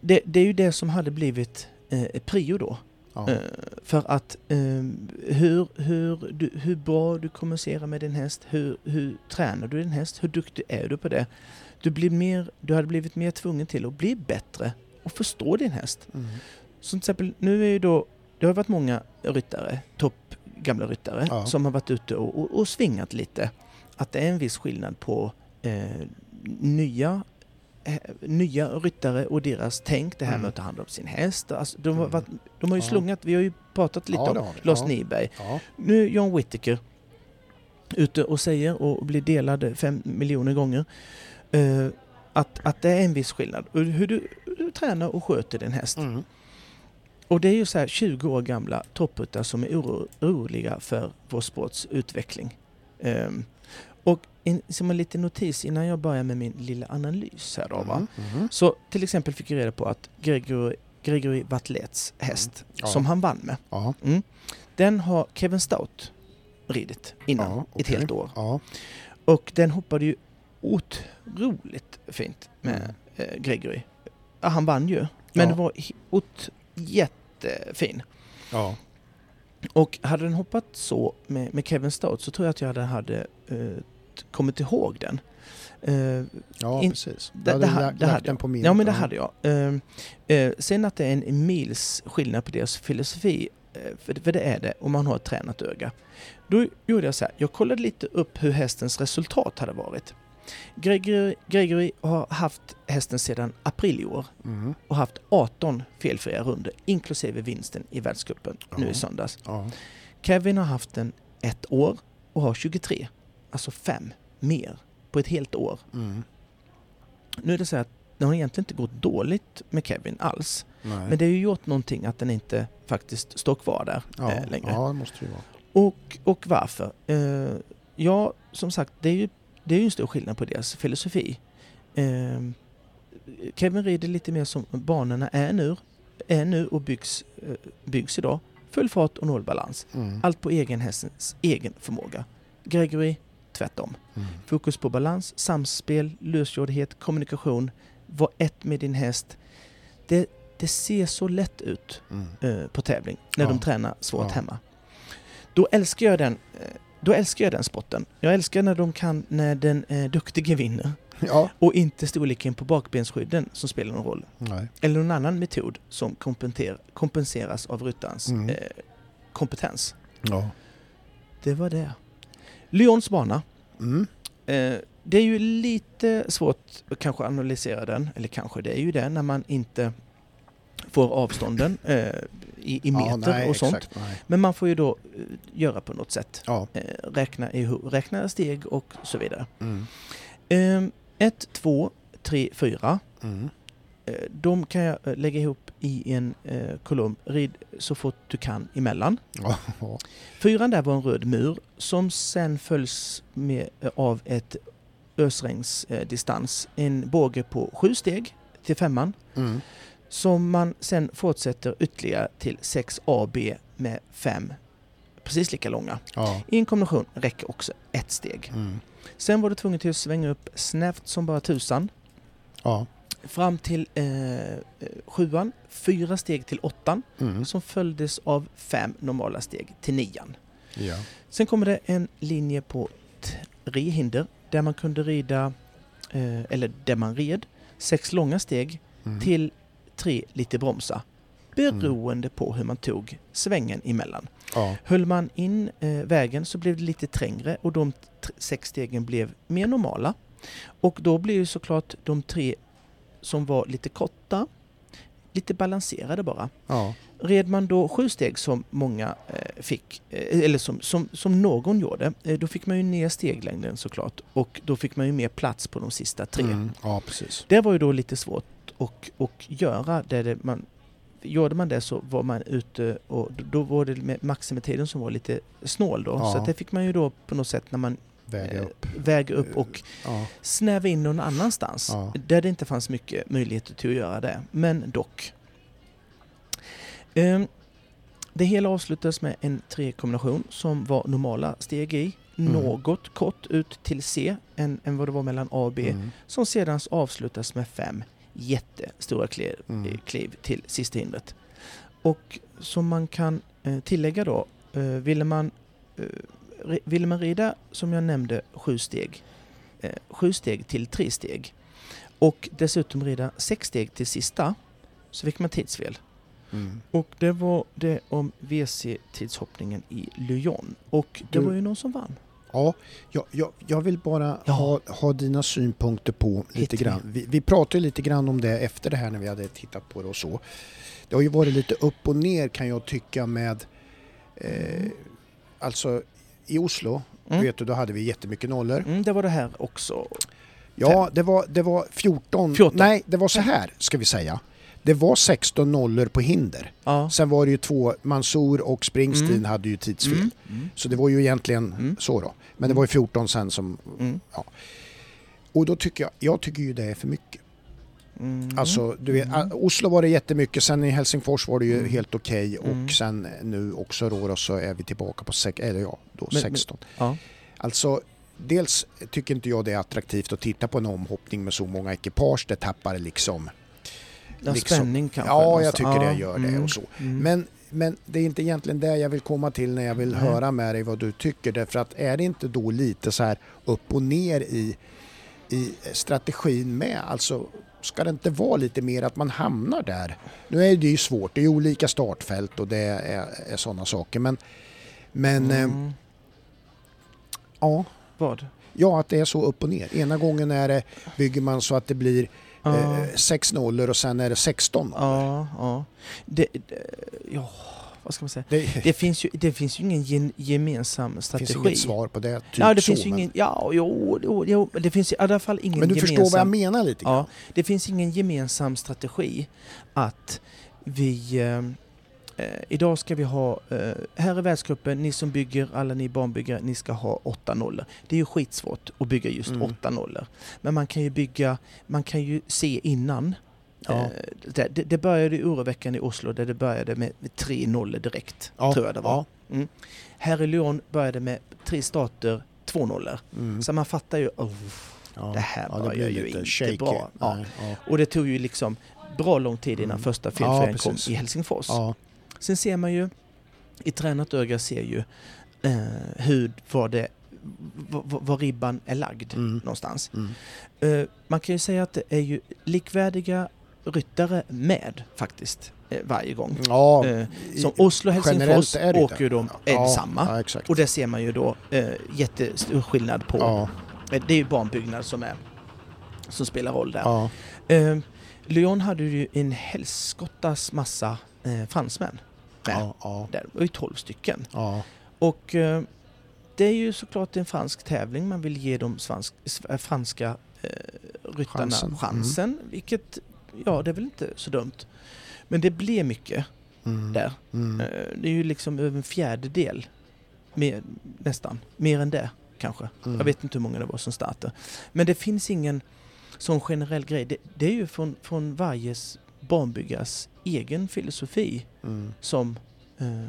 det, det är ju det som hade blivit eh, prio då.
Ja.
Eh, för att ehm, hur, hur, du, hur bra du kommunicerar med din häst, hur, hur tränar du din häst, hur duktig är du på det? Du, blir mer, du hade blivit mer tvungen till att bli bättre och förstå din häst.
Mm.
Som till exempel, nu är ju då, det har varit många ryttare, topp gamla ryttare,
Ja.
som har varit ute och, och, och svingat lite. Att det är en viss skillnad på eh, nya, eh, nya ryttare och deras tänk, det här
Mm.
med att ta hand om sin häst. Alltså, de, har
Mm.
varit, de har ju
Ja.
slungat, vi har ju pratat lite
Ja, det
om
har vi.
Lars
Ja.
Nyberg.
Ja.
Nu är John Whittaker ute och säger och blir delad fem miljoner gånger eh, att, att det är en viss skillnad. Och Hur du, hur du tränar och sköter din häst.
Mm.
Och det är ju så här 20 år gamla topphuttar som är oro, oroliga för vår sports utveckling. Ehm, och in, som en liten notis innan jag börjar med min lilla analys här då. Va?
Mhm.
Så till exempel fick jag reda på att Gregory, Gregory Watlets häst,
Mm. Ja.
som han vann med,
Ja.
den har Kevin Stout ridit innan
Ja,
ett
okej.
helt år.
Ja.
Och den hoppade ju otroligt fint med
Mm.
eh, Gregory. Ja, han vann ju, men
Ja.
det var he- ot- jättefin.
Ja.
Och hade den hoppat så med, med Kevin Stout så tror jag att jag hade, hade eh, kommit ihåg den. Eh,
ja,
In-
precis.
det-
Jag hade
det här-
la-
det hade
lagt den på min.
ja men det hade jag. Eh, eh, sen att det är en mils skillnad på deras filosofi, eh, för, för det är det om man har ett tränat öga. Då gjorde jag så här, jag kollade lite upp hur hästens resultat hade varit. Gregory, Gregory har haft hästen sedan april i år
Mm.
och haft 18 felfria runder inklusive vinsten i världscupen nu
Ja.
i söndags.
Ja.
Kevin har haft den ett år och har 23, alltså fem mer på ett helt år.
Mm.
Nu är det så här att det har egentligen inte gått dåligt med Kevin alls.
Nej.
Men det har ju gjort någonting att den inte faktiskt står kvar där
ja.
eh, längre.
Ja, det måste det ju vara.
Och, och varför? Eh, ja, som sagt, det är, ju, det är ju en stor skillnad på deras filosofi. Eh, Kevin rider lite mer som banorna är nu, är nu och byggs, eh, byggs idag. Full fart och nollbalans.
Mm.
Allt på egen hästens egen förmåga. Gregory, tvärtom.
Mm.
Fokus på balans, samspel, lösgjordhet, kommunikation. Var ett med din häst. Det, det ser så lätt ut
Mm.
eh, på tävling när
Ja.
de tränar svårt
Ja.
hemma. Då älskar jag den eh, då älskar jag den spotten. Jag älskar när de kan, när den eh, duktige vinner
Ja.
och inte storleken på bakbensskydden som spelar någon roll.
Nej.
Eller någon annan metod som kompenter- kompenseras av ryttarens
Mm.
eh, kompetens.
Ja.
Det var det. Lyons bana.
Mm.
Eh, det är ju lite svårt att kanske analysera den, eller kanske det är ju det när man inte får avstånden eh, i, i meter
ja, nej,
och sånt.
Exakt, nej.
Men man får ju då eh, göra på något sätt.
Ja.
Eh, räkna, i, hu- räkna steg och så vidare.
Mm.
Eh, 1, 2, 3, 4.
Mm.
Eh, de kan jag eh, lägga ihop i en eh, kolumn. Rid så fort du kan emellan.
Ja. Ja.
Fyran där var en röd mur som sen följs med, eh, av ett ösregns eh, distans. En båge på sju steg till femman
Mm.
som man sen fortsätter ytterligare till 6AB med fem precis lika långa.
Ja.
I en kombination räcker också ett steg.
Mm.
Sen var du tvungen till att svänga upp snävt som bara tusan
Ja.
fram till eh, eh, sjuan, fyra steg till åttan
Mm.
som följdes av fem normala steg till nian.
Ja.
Sen kommer det en linje på tre hinder där man kunde rida, eh, eller där man red, sex långa steg
Mm.
till tre lite bromsa. Beroende på hur man tog svängen emellan.
Ja.
Höll man in eh, vägen så blev det lite trängre och de t- sex stegen blev mer normala. Och då blev ju såklart de tre som var lite korta, lite balanserade bara,
Ja.
Red man då sju steg som många eh, fick, eh, eller som, som, som någon gjorde, eh, då fick man ju ner steglängden såklart och då fick man ju mer plats på de sista tre.
Mm. Ja, precis.
Det var ju då lite svårt att, att göra. Där det man, gjorde man det så var man ute och d- då var det med maximitiden som var lite snål då.
Ja.
Så att det fick man ju då på något sätt när man
Väga
eh,
upp.
väga upp och
Ja.
snäva in någon annanstans.
Ja.
Där det inte fanns mycket möjligheter till att göra det, men dock. Ehm, Det hela avslutades med en trekombination som var normala steg i,
Mm.
något kort ut till C än, än vad det var mellan A och B,
Mm.
som sedan avslutades med fem jättestora kliv,
Mm.
eh, kliv till sista hindret. Och som man kan eh, tillägga då, eh, ville man, eh, ri- ville man rida, som jag nämnde, sju steg, eh, sju steg till tre steg och dessutom rida sex steg till sista så fick man tidsfel.
Mm.
Och det var det om WC-tidshoppningen i Lyon. Och det
Du-
var ju någon som vann.
Ja, jag, jag, jag vill bara
Ja.
ha, ha dina synpunkter på lite
me.
grann. Vi, vi pratade lite grann om det efter det här när vi hade tittat på det och så. Det har ju varit lite upp och ner kan jag tycka med, eh, alltså i Oslo,
Mm.
vet du, då hade vi jättemycket nollor.
Mm, det var det här också.
Ja, det var, det var 14,
14.
nej det var så här ska vi säga. Det var 16 nollor på hinder.
Ja.
Sen var det ju två, Mansour och Springsteen
Mm.
hade ju tidsfel.
Mm. Mm.
Så det var ju egentligen
Mm.
så då. Men det var ju 14 sen som...
Mm.
Ja. Och då tycker jag, jag tycker ju det är för mycket.
Mm.
Alltså, du vet, ah, Oslo var det jättemycket, sen i Helsingfors var det ju
Mm.
helt okej
Mm.
och sen nu också Rhoros så är vi tillbaka på sex, eller ja, då
Men-
16.
ja.
Alltså, dels tycker inte jag det är attraktivt att titta på en omhoppning med så många ekipage, det tappar liksom.
Ja,
liksom-
spänning kanske.
Ja, jag
någonstans.
tycker det gör det
mm,
och så.
Mm.
Men, men det är inte egentligen det jag vill komma till när jag vill
Nej.
höra med dig vad du tycker. Därför att är det inte då lite så här upp och ner i, i strategin med? Alltså ska det inte vara lite mer att man hamnar där? Nu är det ju svårt, det är ju olika startfält och det är, är sådana saker. Men, men eh,
Mm.
ja,
Vad?
ja, att det är så upp och ner. Ena gången är det, bygger man så att det blir
Ja.
eh, sex nollor och sen är det 16 nollor.
Ja, ja. Det, det, ja, vad ska man säga?
Det, det
Det finns ju, det finns ju ingen gen, gemensam
finns
strategi.
inget svar på det. Typ
ja, det
så,
finns ju
men-
ingen, ja, jo, jo, jo, men det finns i alla fall ingen
Men du
gemensam...
förstår vad jag menar lite grann?
Ja, det finns ingen gemensam strategi att vi... Eh, eh, idag ska vi ha... Eh, här är världscupen, ni som bygger, alla ni barnbyggare, ni ska ha åtta nollor. Det är ju skitsvårt att bygga just
Mm.
åtta nollor. Men man kan ju bygga... Man kan ju se innan.
Ja.
Eh, det, det- det började ju oroväckande i Oslo där det började med, med tre nollor direkt,
Ja,
tror jag det var. Mm. Här i Lyon började med tre starter, två nollor.
Mm.
Så man fattar ju... Oh,
Ja.
det här
ja,
börjar
blir
ju
lite
inte
shaky.
bra. Ja.
Nej, Ja.
Och det tog ju liksom bra lång tid innan
Mm.
första
Ja,
felfärgen kom
precis.
i Helsingfors.
Ja.
Sen ser man ju, i tränat öga ser ju eh, hur var det, var, var ribban är lagd
Mm.
någonstans.
Mm.
Eh, man kan ju säga att det är ju likvärdiga ryttare med faktiskt eh, varje gång.
ja.
Eh,
i-
Som Oslo och
generellt
Helsingfors
är det ju
åker ju
det.
de är
ja.
samma.
Ja, exakt.
Och det ser man ju då eh, jättestor skillnad på.
ja.
Eh, Det är ju barnbyggnad som, är, som spelar roll där.
Ja.
Eh, Lyon hade ju en helskottas massa eh, fransmän.
Ja. Ja.
Där. Det var ju 12 stycken.
Ja.
Och eh, det är ju såklart en fransk tävling. Man vill ge de svansk, sv- eh, franska eh, ryttarna
Chansen. Mm.
chansen. Vilket, ja det är väl inte så dumt. Men det blev mycket
Mm.
där.
Mm.
Eh, det är ju liksom över en fjärdedel. Mer, nästan. Mer än det kanske.
Mm.
Jag vet inte hur många det var som startade. Men det finns ingen sån generell grej. Det, det är ju från, från varje s- barnbyggares egen filosofi
Mm.
som, eh,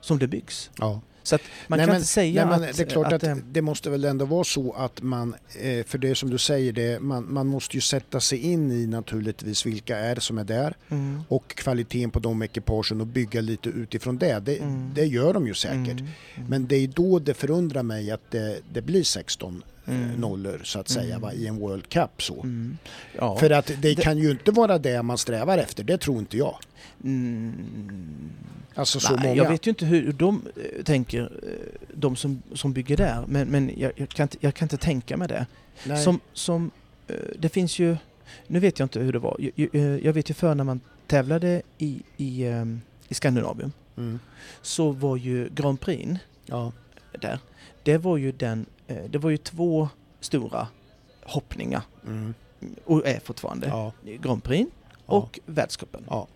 som det byggs.
Ja.
Så att man
Nej,
kan
men-
inte säga
Nej, men
att...
det är klart att,
eh,
det måste väl ändå vara så att man, eh, för det är som du säger, det, man, man måste ju sätta sig in i naturligtvis vilka är det som är där
mm,
och kvaliteten på de ekipagen och bygga lite utifrån det. Det,
Mm.
det gör de ju säkert.
mm, mm,
Men det är då det förundrar mig att det, det blir 16 mm.
Mm.
nollor så att säga
Mm.
va, i en World Cup. Så.
mm. Ja.
För att det, kan ju inte vara det man strävar efter, det tror inte jag.
mm,
Alltså så
nej,
många.
Jag vet ju inte hur de eh, tänker, eh, de som, som bygger där. Men, men jag, jag, kan inte, jag kan inte tänka mig det.
Nej.
Som, som, eh, det finns ju, nu vet jag inte hur det var. Jag, jag- eh, jag vet ju förr när man tävlade i, i, ehm, i Skandinavien
Mm.
så var ju Grand Prix
Ja.
där, det var ju, den, eh, det var ju två stora hoppningar
Mm.
och är fortfarande
Ja.
Grand Prix
Ja.
och världscupen.
Ja.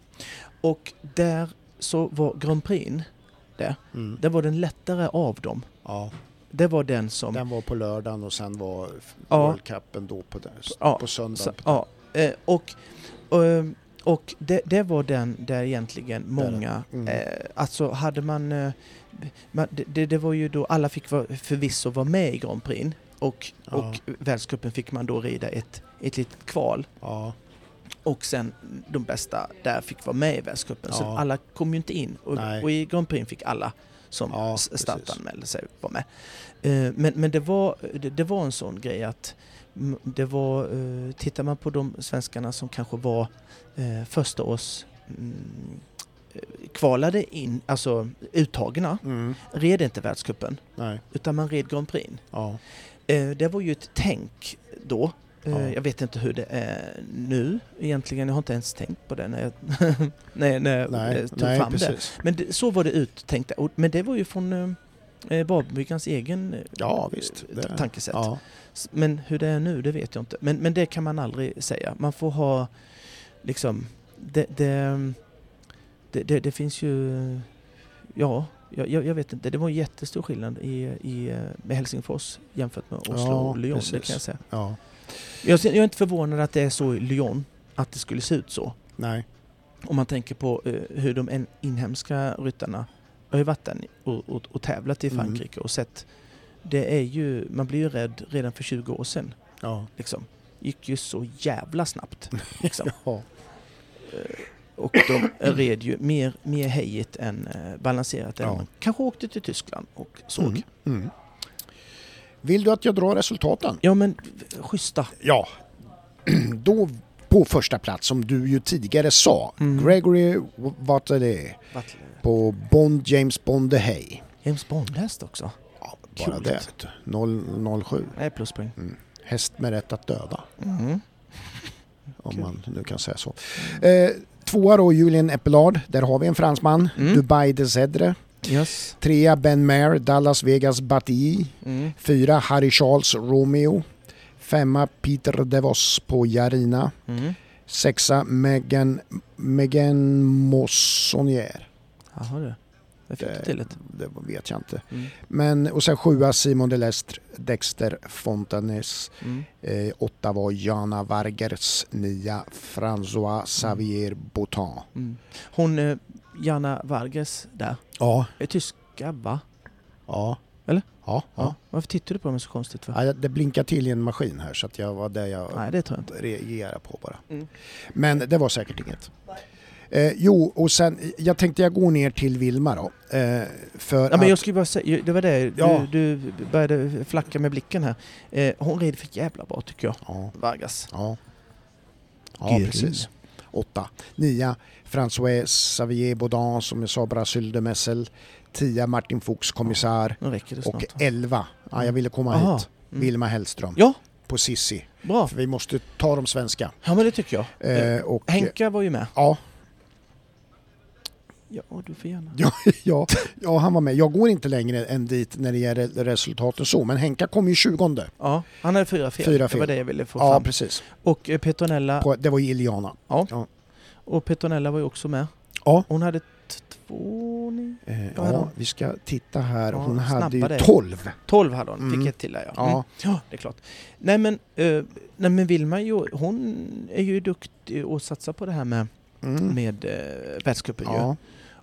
Och där så var Grand Prix,
Mm.
det var den lättare av dem.
ja.
Det var den som...
Den var på lördagen och sen var f-
Ja.
World Cupen då på, den-
Ja.
på
Så,
söndagen.
ja, eh, och eh, och det, det var den där egentligen
Där.
många,
Mm.
eh, alltså hade man, eh, man det- det, det var ju då alla fick vara, förvisso vara med i Grand Prix och,
Ja.
och världscupen fick man då rida ett, ett litet kval
Ja.
och sen de bästa där fick vara med i världscupen. Så
Ja.
alla kom ju inte in och,
Nej.
och i Grand Prix fick alla som
Ja,
ja,
precis.
startanmälde sig vara med. Eh, Men, men det, var, det, det var en sån grej att mm, det var, eh, tittar man på de svenskarna som kanske var eh, första års mm, eh, kvalade in, alltså uttagna,
Mm.
red inte världscupen
Nej.
utan man red Grand Prix.
Ja.
Eh, Det var ju ett tänk då. Eh,
Ja.
Jag vet inte hur det är nu egentligen. Jag har inte ens tänkt på det när jag, när, när jag eh,
Nej.
tog
Nej,
fram det.
precis.
Men det, så var det uttänkt. Och- Men det var ju från eh, eh, barbyggarens egen eh,
Ja, visst.
eh,
Det-
tankesätt.
Ja.
S- Men hur det är nu, det vet jag inte. Men, men det kan man aldrig säga. Man får ha liksom det, det, det, det, det finns ju... Ja, jag, jag jag vet inte. Det var en jättestor skillnad i, i, eh, med Helsingfors jämfört med Oslo
Ja,
och Lyon. Det
precis.
kan jag, säga.
Ja,
Jag, ser- jag är inte förvånad att det är så i Lyon, att det skulle se ut så.
nej.
Om man tänker på eh, hur de en- inhemska ryttarna jag har ju varit där och, och, och tävlat i
Mm.
Frankrike och sett. Det är ju, man blir ju rädd redan för 20 år sedan.
Ja.
Liksom. Gick ju så jävla snabbt. Liksom. Eh,
Ja.
Och de red ju mer, mer hejigt än eh, balanserat. Än
Ja.
man kanske åkte till Tyskland och såg.
Mm. Mm. Vill du att jag drar resultaten?
Ja men schyssta.
Ja. Då på första plats som du ju tidigare sa,
Mm.
Gregory Waterley
Butler.
på Bond James Bond the Hay.
James Bond-häst också.
Ja, bara
Coolt.
det. vet du. 007.
Nej, pluspoäng.
Häst med rätt att döda.
Mm.
Om
Kul.
man nu kan säga så. Eh, tvåa då Julien Epelard. Där har vi en fransman.
Mm.
Dubai de Zedre.
Yes.
Trea Ben Maher. Dallas Vegas Batii.
Mm.
Fyra Harry Charles Romeo. Femma Peter DeVos på Jarina.
Mm.
Sexa Megan, Megan Mossonier.
Jaha du. Där fick du
Det-
till det.
Det vet jag inte.
Mm.
Men, och sen sjua Simon Delestre, Dexter Fontanes.
Mm.
Eh, åtta var Jana Vargers. Nia François Xavier Boutin.
Mm. Hon, eh, Jana Vargas där,
Ja,
är tyska va?
ja.
Eller?
Ja, ja.
Varför tittar du på dem så konstigt för?
ja. Det blinkar till i en maskin här så att jag var där jag...
Nej, det tror jag inte.
reagera på bara.
Mm.
Men det var säkert inget. Eh, jo, och sen, jag tänkte jag går ner till Vilma då. Eh, för
Ja, men
att,
jag skulle bara säga, det var det, du,
Ja.
du började flacka med blicken här. Eh, hon red för jävla bra tycker jag,
ja,
Vargas.
ja. ja
Grym.
precis. Åtta. Nia, François Xavier Baudin som jag sa, Brasil de Messel. Tia, Martin Fuchs, kommissar.
Nu räcker det snart.
Och
va?
elva, ja, jag ville komma
Aha.
hit,
Mm.
Vilma Hellström
Ja,
på Sissi.
bra.
För vi måste ta de svenska.
Ja, men det tycker jag. Eh,
Eh, och,
Henka var ju med.
Ja,
Ja, du får gärna.
Ja, ja, ja, han var med. Jag går inte längre än dit när det gäller resultaten så, men Henka kom ju 20.
Ja, han hade fyra fel.
Fyra
Det
fel.
var det jag ville få
Ja,
fram.
precis.
Och eh, Petronella,
På, det var ju Iliana.
och Petronella var ju också med.
Ja.
Hon hade t- två, nio,
Eh,
Vad hade hon?
ja, vi ska titta här.
Ja,
Hon hade ju
snabba dig.
12.
tolv hade hon.
Mm.
Fick ett till där ja. Mm.
Ja,
Ja, det är klart. Nej men, eh, nej, men Vilma är ju, hon är ju duktig och satsar på det här med,
mm.
med eh, världscupen ju.
ja,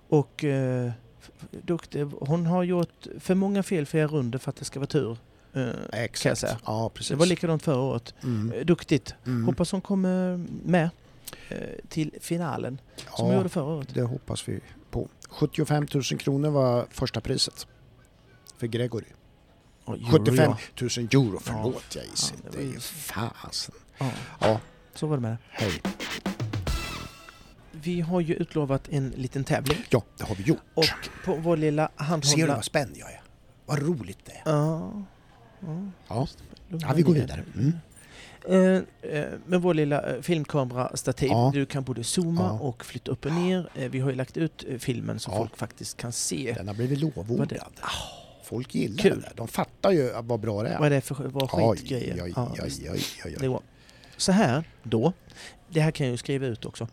Och eh, f- f- duktig. Hon har gjort för många felfria runder för att det ska vara tur. Eh, Kan jag
exakt.
säga.
Ja,
det
precis.
var likadant förra året.
Mm,
Eh, Duktigt.
mm.
Hoppas hon kommer med eh, till finalen som hon
Ja,
gjorde förra året.
det hoppas vi på. 75 000 kronor var första priset för Gregory.
Ja, euro,
75
Ja.
000 euro, förlåt jag
fan,
gissar.
det
Det
var
är
ju-
ju fasen.
Ja,
Ja,
så var det med det.
hej.
Vi har ju utlovat en liten tävling
Ja, det har vi gjort.
och på vår lilla
Ser du
handhållna...
vad spänd jag är? Vad roligt det är.
Ja. ja.
Ja.
Lugna
Ja, vi går
ner
vidare.
dig.
Mm.
Eh, eh, med vår lilla eh, filmkamerastativ.
Ja.
Du kan både zooma
Ja.
och flytta upp och ner. Eh, vi har ju lagt ut eh, filmen så
Ja.
folk faktiskt kan se
Den har blivit
Vad det- Ah.
lovordad. Folk gillar
Kul.
det där. De fattar ju vad bra det är.
vad det är för vad skitgrejer.
Oj, oj,
Ja,
oj,
visst.
oj, oj,
Det
oj.
är bra. Så här då. Det här kan jag ju skriva ut också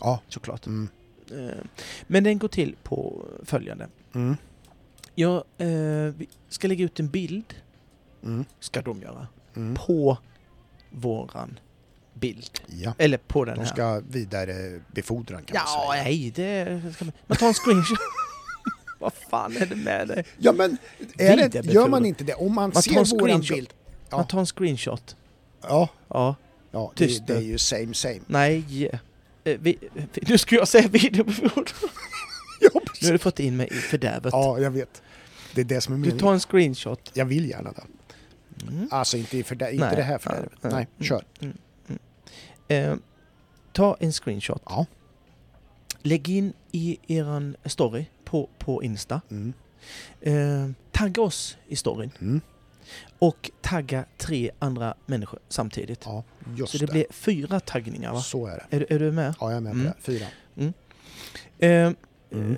Ja.
såklart.
Mm.
Eh, men den går till på följande.
Mm.
Jag eh, vi ska lägga ut en bild,
Mm.
ska de göra,
Mm.
på våran bild.
Ja.
Eller på den
De
här.
ska vidare befordran kan
Ja,
man säga.
nej, det ska man... Man tar en screenshot. Vad fan är det med dig?
Ja, men är det,
Vidare
gör man
befordran.
inte det? Om man,
Man tar en
ser våran
screenshot.
bild. Ja.
Man tar en screenshot.
Ja,
Ja,
ja det,
Tyst
det är
nu.
ju same same.
nej. Eh, Vi, vi- nu skulle jag säga videobefordran.
Ja,
Nu har du fått in mig i fördärvet.
ja jag vet. Det är det som är
Du
meningen.
tar en screenshot.
Jag vill gärna det.
Mm.
Alltså inte, i för det, inte
Nej.
det här fördärvet.
Nej.
Nej, kör.
Eh, ta en screenshot.
Ja.
Lägg in i eran story på, på Insta.
Mm.
Eh, tagga oss i storyn
Mm.
och tagga tre andra människor samtidigt.
Ja, just
Så det blir fyra taggningar va?
Så är det.
Är, du- är du med?
Ja, jag är med på
Mm.
det. Fyra.
Eh,
Mm.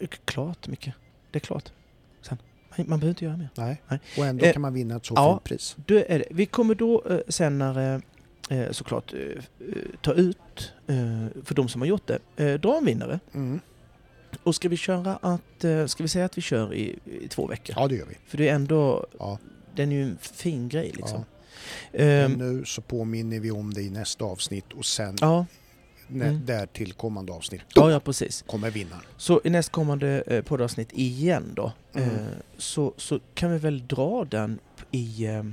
eh, klart Micke. Det är klart. Sen. Man, man behöver inte göra mer.
Nej.
Nej.
Och ändå
Eh,
kan man vinna ett så
ja.
fint pris.
Då är det. Vi kommer då eh, senare eh, såklart eh, eh, ta ut, eh, för de som har gjort det, eh, dra en vinnare.
Mm.
Och ska vi köra att, eh, ska vi säga att vi kör i, i två veckor?
Ja, det gör vi.
För det är ändå,
Ja.
den är ju en fin grej liksom. Ehm, Ja,
Men nu så påminner vi om det i nästa avsnitt och sen
ja,
nä-
Mm.
därtillkommande avsnitt. Då
ja, ja precis.
kommer vinnaren.
Så i nästkommande eh, poddavsnitt igen då,
Mm.
eh, så, så kan vi väl dra den i eh,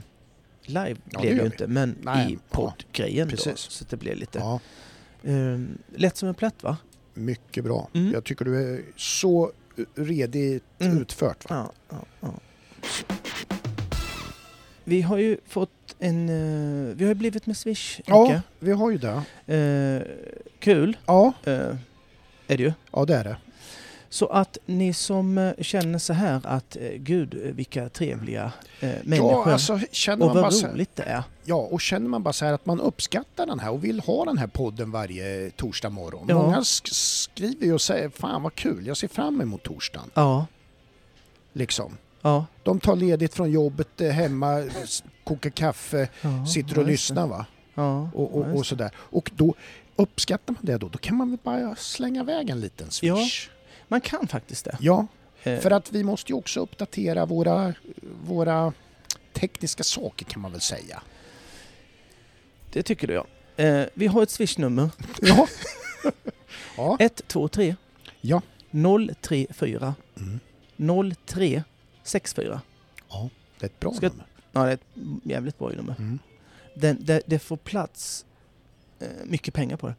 live
Ja, det
blev
gör
ju
vi.
inte, men
Nej,
i
ja.
poddgrejen då.
Precis.
Så att det blir lite
Ja,
eh, lätt som en plätt va?
mycket bra.
Mm.
Jag tycker du är så eh, redigt
Mm.
utfört. Va?
Ja, ja, ja. Vi har ju fått en, eh, vi har ju blivit med Swish
Ja,
Micke.
vi har ju det.
Eh, Kul
Ja,
eh, är det ju.
ja det är det.
Så att ni som eh, känner så här att eh, gud eh, vilka trevliga eh, människor
Ja, alltså, känner
och
man bara
vad
så här,
roligt det är.
ja, och känner man bara så här att man uppskattar den här och vill ha den här podden varje torsdag morgon.
Ja.
Många sk- skriver ju och säger fan vad kul, jag ser fram emot torsdagen.
Ja,
Liksom.
ja.
De tar ledigt från jobbet eh, hemma, s- kokar kaffe,
ja
sitter
ja, just
och
det.
lyssnar va?
Ja,
Och,
ja,
och, och
just
sådär. Och då uppskattar man det då, då kan man väl bara slänga iväg en liten swish.
det. Man kan faktiskt det.
Ja.
Eh,
för att vi måste ju också uppdatera våra, våra tekniska saker kan man väl säga.
Det tycker du ja. Eh, vi har ett swishnummer.
Ja. ja.
123
Ja.
034
Mm.
0364.
ja, det är ett bra
Ska-
nummer.
Ja, det är ett jävligt bra nummer.
Mm.
Den, det, det får plats eh, mycket pengar på det.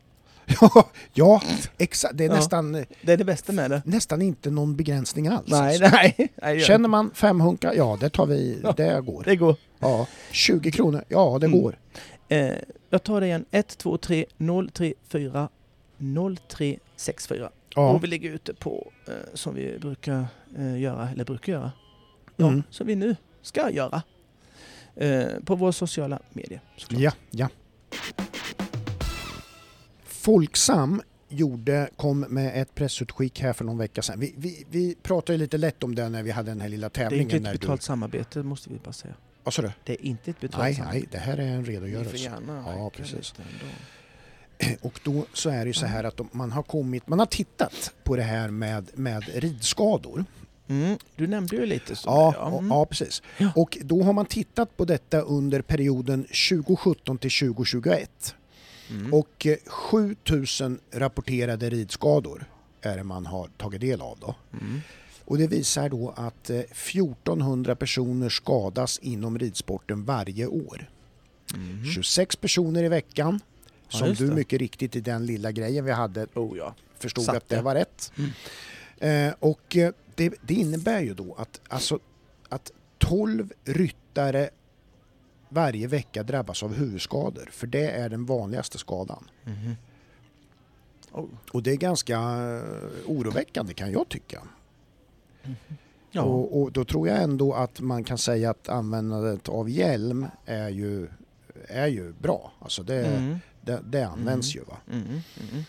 ja, exakt. Det är
Mm. Ja.
nästan, eh,
Det är det bästa med det.
nästan inte någon begränsning alls.
Nej,
Alltså.
nej. nej det gör det
Känner man fem hunkar, ja det tar vi,
Ja.
det
inte.
går.
Det går.
Ja. 20 kronor, ja det
Mm.
går.
Eh, jag tar det igen. 123 034 0364.
Ja.
Och vi lägger ut det på, eh, som vi brukar eh, göra, eller brukar göra, ja,
Mm.
som vi nu ska göra. Eh, på våra sociala medier. såklart.
Ja, ja. Folksam gjorde, kom med ett pressutskick här för någon vecka sedan. Vi, vi, vi pratade ju lite lätt om det när vi hade den här lilla
Det är
tävlingen.
inte ett
när
betalt samarbete, måste vi bara säga.
Du... Vad sa du?
Det är inte ett betalt
Nej, nej,
samarbete.
det här är en
Ni får
redogörelse.
gärna
Ja,
hacka
precis.
lite ändå.
Och då så är det ju så
Mm.
här att de- man har kommit, man har tittat på det här med, med ridskador.
Mm, du nämnde ju lite så.
Ja,
där,
ja,
mm.
ja, precis.
Ja.
Och då har man tittat på detta under perioden 2017 till 2021.
Mm.
Och eh, 7000 rapporterade ridskador är det man har tagit del av då.
Mm.
Och det visar då att eh, 1400 personer skadas inom ridsporten varje år.
Mm.
26 personer i veckan.
Ja,
Som
just
du
det.
mycket riktigt i den lilla grejen vi hade
Oh ja.
förstod
Satt
att det
det.
var rätt.
Mm.
Eh, och eh, det, det innebär ju då att, alltså, att 12 ryttare varje vecka drabbas av huvudskador. För det är den vanligaste skadan.
Mhm. Oh.
Och det är ganska eh, oroväckande kan jag tycka.
Ja.
Och, och då tror jag ändå att man kan säga att användandet av hjälm är ju, är ju bra. Alltså det,
Mm.
det, det används
Mm.
ju. Va?
Mm. Mm.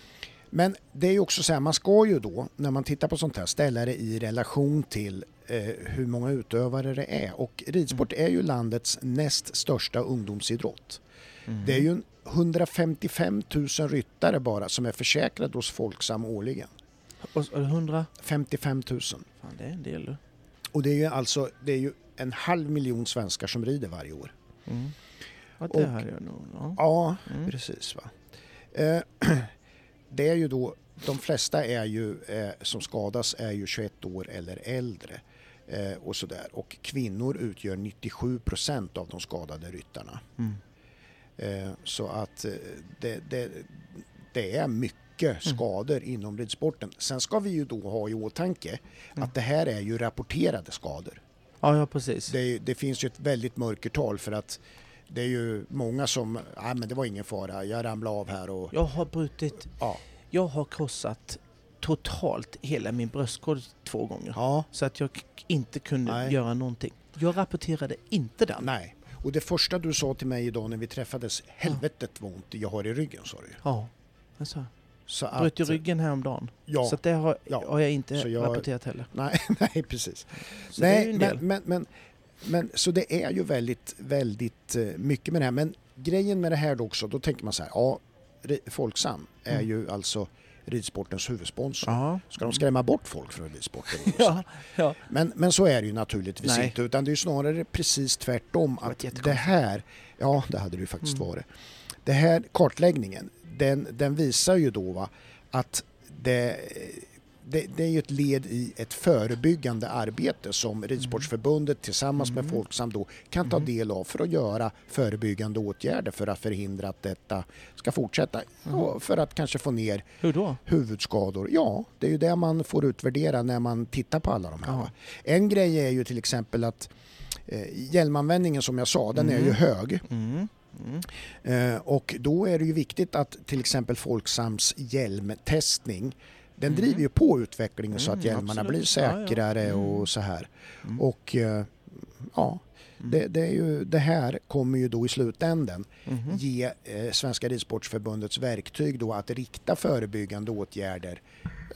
Men det är ju också så här, man ska ju då när man tittar på sånt här ställa det i relation till eh, hur många utövare det är. Och ridsport är ju landets näst största ungdomsidrott.
Mm.
Det är ju en 155 000 ryttare bara som är försäkrade hos Folksam årligen.
Och så är det 100.
55 000.
Fan, det är en del du.
Och det är ju alltså det är ju en halv miljon svenskar som rider varje år.
Mm. Ja, det
Och-
hade jag nog. Ja.
Ja,
Mm.
precis. Va? Eh, det är ju då, de flesta är ju, eh, som skadas är ju 21 år eller äldre. Eh, och, sådär. och kvinnor utgör 97 procent av de skadade ryttarna.
Mm.
Eh, så att eh, det, det, det är mycket skador inom ridsporten. Sen ska vi ju då ha i åtanke att det här är ju rapporterade skador.
ja, ja precis.
det, är ju- det finns ju ett väldigt mörkertal för att det är ju många som, nej men det var ingen fara, jag ramlade av här och
Jag har brutit,
ja.
jag har krossat totalt hela min bröstkorg två gånger.
ja.
Så att jag k- inte kunde
Nej.
göra någonting. Jag rapporterade inte den.
Nej. Och det första du sa till mig idag när vi träffades, helvetet vad ont jag har i ryggen sa du ju.
Ja. Alltså,
Så att-
bröt ju ryggen häromdagen.
Ja.
Så att det har,
Ja.
har jag inte
Så jag-
rapporterat heller.
Nej, nej precis.
Så det är ju
nej,
en
men,
del.
men, men, men så det är ju väldigt, väldigt eh, mycket med det här. Men grejen med det här då också, då tänker man så här, ja, Ri- Folksam är ju alltså ridsportens huvudsponsor.
Mm. Ja.
Ska de skrämma bort folk från ridsporten?
Ja, ja.
Men, men så är det ju naturligtvis
Nej.
inte utan det är ju snarare precis tvärtom att
jättekonstigt. Mm.
det här, ja det hade det ju faktiskt varit. Det här kartläggningen den, den visar ju då va, att det, det, det är ju ett led i ett förebyggande arbete
Mm.
som Ridsportsförbundet tillsammans med Folksam då kan ta del av för att göra förebyggande åtgärder för att förhindra att detta ska fortsätta.
Mm.
Och för att kanske få ner
Hur då?
huvudskador. Ja, det är ju det man får utvärdera när man tittar på alla de här.
Ja.
va. En grej är ju till exempel att eh, hjälmanvändningen som jag sa, den är ju hög.
Mm.
Eh, och då är det ju viktigt att till exempel Folksams hjälmtestning den driver ju på utvecklingen så att
Mm,
hjälmarna
absolut.
blir
Ja, ja.
säkrare
Mm.
och så här.
Mm.
Och eh, ja, det, det, är ju, det här kommer ju då i slutänden
Mhm.
ge eh, Svenska Ridsportförbundets verktyg då att rikta förebyggande åtgärder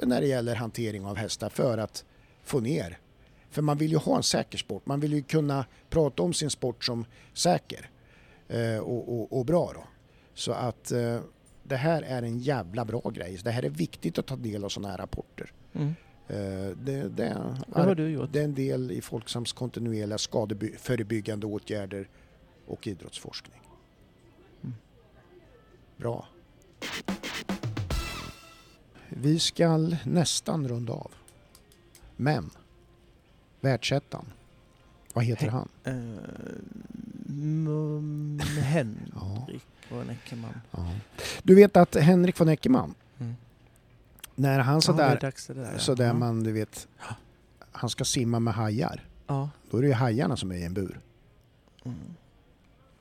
när det gäller hantering av hästar för att få ner. För man vill ju ha en säker sport, man vill ju kunna prata om sin sport som säker eh, och, och, och bra då. Så att eh, det här är en jävla bra grej. Det här är viktigt att ta del av sådana här rapporter.
Mm.
Eh, det, det,
Vad har du gjort?
det är en del i Folksams kontinuerliga skadeförebyggande åtgärder och idrottsforskning.
Mm.
Bra. Vi ska nästan runda av. Men världsettan, vad heter
He-
han?
Eh, mm, Henrik
Ja,
von Eckermann.
ja. Du vet att Henrik von Eckermann,
Mm.
när
Ja,
han
det är
sådär,
dags det där. ja. Mm.
sådär
Ja.
man, du vet, han ska simma med hajar,
Ja.
då är det ju hajarna som är i en bur.
Mm.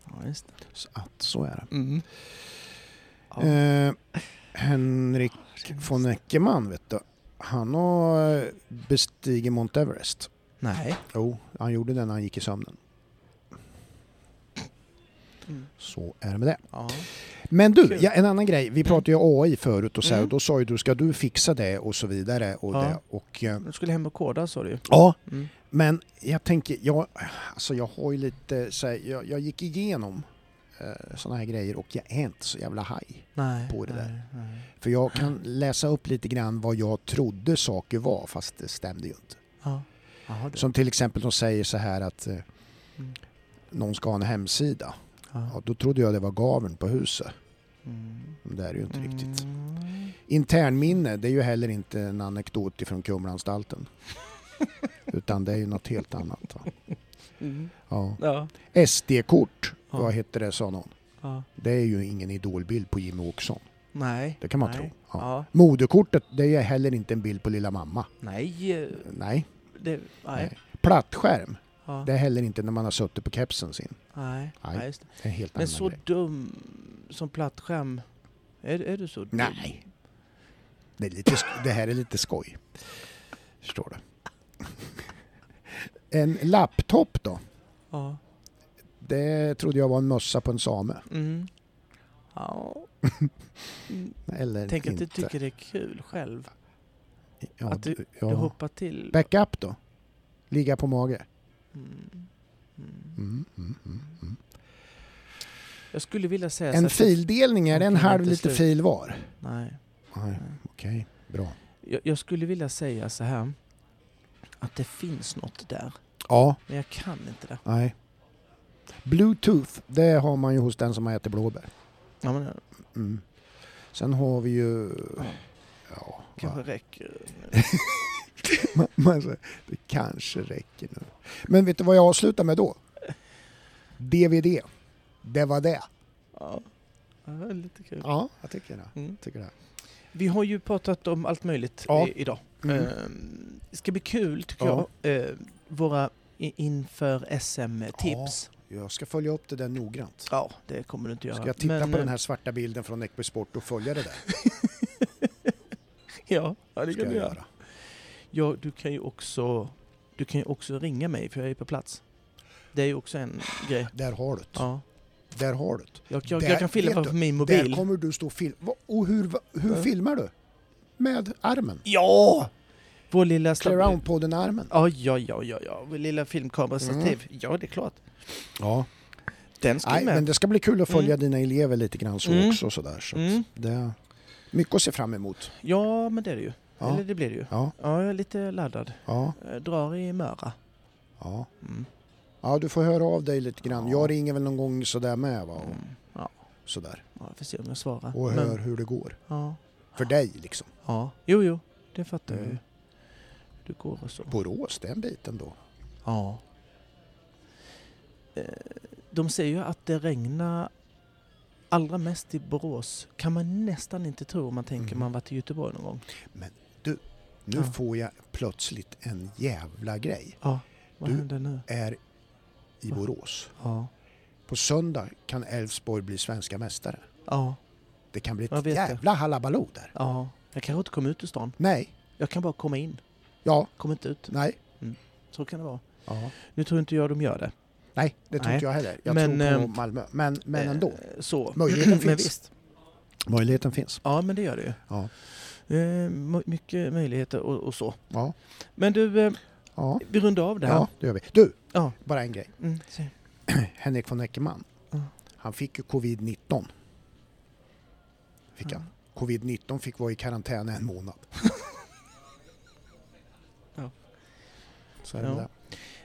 ja, just det.
Så att så är det.
Mm. Ja.
Eh, Henrik von Eckermann, vet du. Han har eh, bestigit Mount Everest.
Nej.
Jo, han gjorde det när han gick i sömnen.
Mm.
Så är det med det.
Ja.
Men du,
Kul.
ja, en annan grej. Vi pratade ju AI förut och så här,
Mm.
och då sa ju du, ska du fixa det och så vidare. Och
Ja.
det. Och, eh,
Du skulle hem och koda sa du ju.
ja,
Mm.
men jag tänker, jag, alltså jag har ju lite så här, jag, jag gick igenom eh, sådana här grejer och jag är inte så jävla haj.
Nej.
På det
nej,
där.
Nej.
För jag kan läsa upp lite grann vad jag trodde saker var, fast det stämde ju inte.
Ja. Jaha, det.
Som till exempel de säger så här att eh,
Mm.
någon ska ha en hemsida.
Ja.
Ja, då trodde jag det var gaveln på huset.
Mm.
Men det är det ju inte riktigt.
Mm.
Internminne, det är ju heller inte en anekdot ifrån Kumlaanstalten. Utan det är ju något helt annat. Va?
Mm.
Ja.
Ja.
SD-kort,
Ja.
vad hette det sa någon.
ja.
Det är ju ingen idolbild på Jimmy Åkesson.
Nej.
Det kan man
Nej.
tro. Ja.
Ja.
Moderkortet, det är ju heller inte en bild på lilla mamma.
Nej. eh,
Nej.
Det, nej.
Nej. Plattskärm,
Ja.
det är heller inte när man har suttit på kepsen sin.
Nej.
Nej.
Nej. Just det.
Det är en helt
Men
annan
så
grej.
dum som plattskärm. Är, är du så dum?
Nej. Det, är lite sk- det här är lite skoj. Förstår du? En laptop då?
Ja.
Det trodde jag var en mössa på en same.
Mm. Ja. Mm.
Eller
Tänk att
inte.
du tycker det är kul själv.
ja,
att
du,
Du
ja.
hoppar till.
Backup då? Ligga på mage?
Mm. Mm.
Mm, mm, mm, mm.
Jag skulle vilja säga så
En
att-
fildelning, är det en
Okej,
halv
inte
liter
slut.
fil var?
Nej.
Nej,
Mm.
okej. Bra.
Jag, jag skulle vilja säga så här. Att det finns något där.
Ja,
Men jag kan inte det.
nej. Bluetooth, det har man ju hos den som har ätit blåbär.
Ja, men det
Mm. Sen har vi ju... Ja,
kanske räcker.
Man, man, säger, det kanske räcker nu. Men vet du vad jag avslutar med då? DVD. Det var det.
Ja. Ja, det är lite kul.
Ja, jag tycker det.
Mm.
Tycker det.
Vi har ju pratat om allt möjligt
Ja.
i, idag.
Mm.
Ehm, Det ska bli kul tycker
Ja.
jag. Ehm, Våra i- inför SM-tips.
Jag ska följa upp det där noggrant.
Ja. det kommer du inte göra.
Ska jag titta
Men,
på den
eh,
här svarta bilden från Equipsport Sport och följa det där?
eh, Ja, ja det
Ska
kan
jag
du göra.
göra.
Ja, du kan ju också... Du kan ju också ringa mig för jag är på plats. Det är ju också en grej.
Där har du det.
Ja.
Där har du det.
Jag, jag,
Där-
jag kan filma
vet
på
du,
min
Där
mobil.
kommer du stå och filma. Och hur, va- hur
Ja.
filmar du? Med armen?
Ja! Vår lilla... stab-
Clearound-podden armen?
Ja, ja, ja, ja, ja. Vår lilla filmkamerastativ. Ja, det är klart.
Ja.
Den ska
Nej,
med.
Mm. men det ska bli kul att följa
Mm.
dina elever lite grann så
Mm.
också. Sådär, så att
Mm.
det, mycket att se fram emot.
Ja, men det är det ju.
Ja.
Eller det blir det ju.
Ja,
Ja, jag är lite laddad.
ja,
Eh, Drar i Möra.
ja.
Mm.
ja, du får höra av dig lite grann.
Ja.
Jag ringer väl någon gång sådär med va? Och,
Mm. Ja,
sådär.
ja, jag får se om jag svarar.
och
Men-
hör hur det går.
Ja,
För dig liksom.
ja. Jo, jo. Det fattar jag
Mm.
ju. Du går och så.
Borås, den biten då.
Ja. Eh, De säger ju att det regnar allra mest i Borås. Kan man nästan inte tro om man tänker
Mm.
man varit i Göteborg någon gång.
Nu
Ja.
får jag plötsligt en jävla grej.
Ja. Vad
Du-
händer nu?
Är i
Va?
Borås.
Ja.
På söndag kan Elfsborg bli svenska mästare.
Ja.
Det kan bli
Jag
ett
vet det.
jävla halabaloo där.
Ja. Jag kanske inte kommer ut ur stan.
Nej,
Jag kan bara komma in.
ja,
Kommer inte ut.
nej.
Så kan det vara.
Ja.
Nu tror inte jag de gör det.
Nej, det tror
Nej.
inte jag heller. Jag
Men,
tror på
ehm,
Malmö. Men, men ändå,
Eh, Så.
Möjligheten
Men
finns.
visst.
möjligheten finns.
Ja, men det gör det ju.
Ja.
Eh, mo- Mycket möjligheter och, och så.
Ja,
Men du, eh,
ja,
vi rundar av det här.
ja, det gör vi. Du,
Ja.
bara en grej.
Mm, se.
Henrik von Eckermann,
Ja.
han fick ju covid-19. Fick
Ja.
han. Covid-19 fick vara i karantän en månad.
Ja.
Så är det
Ja.
där.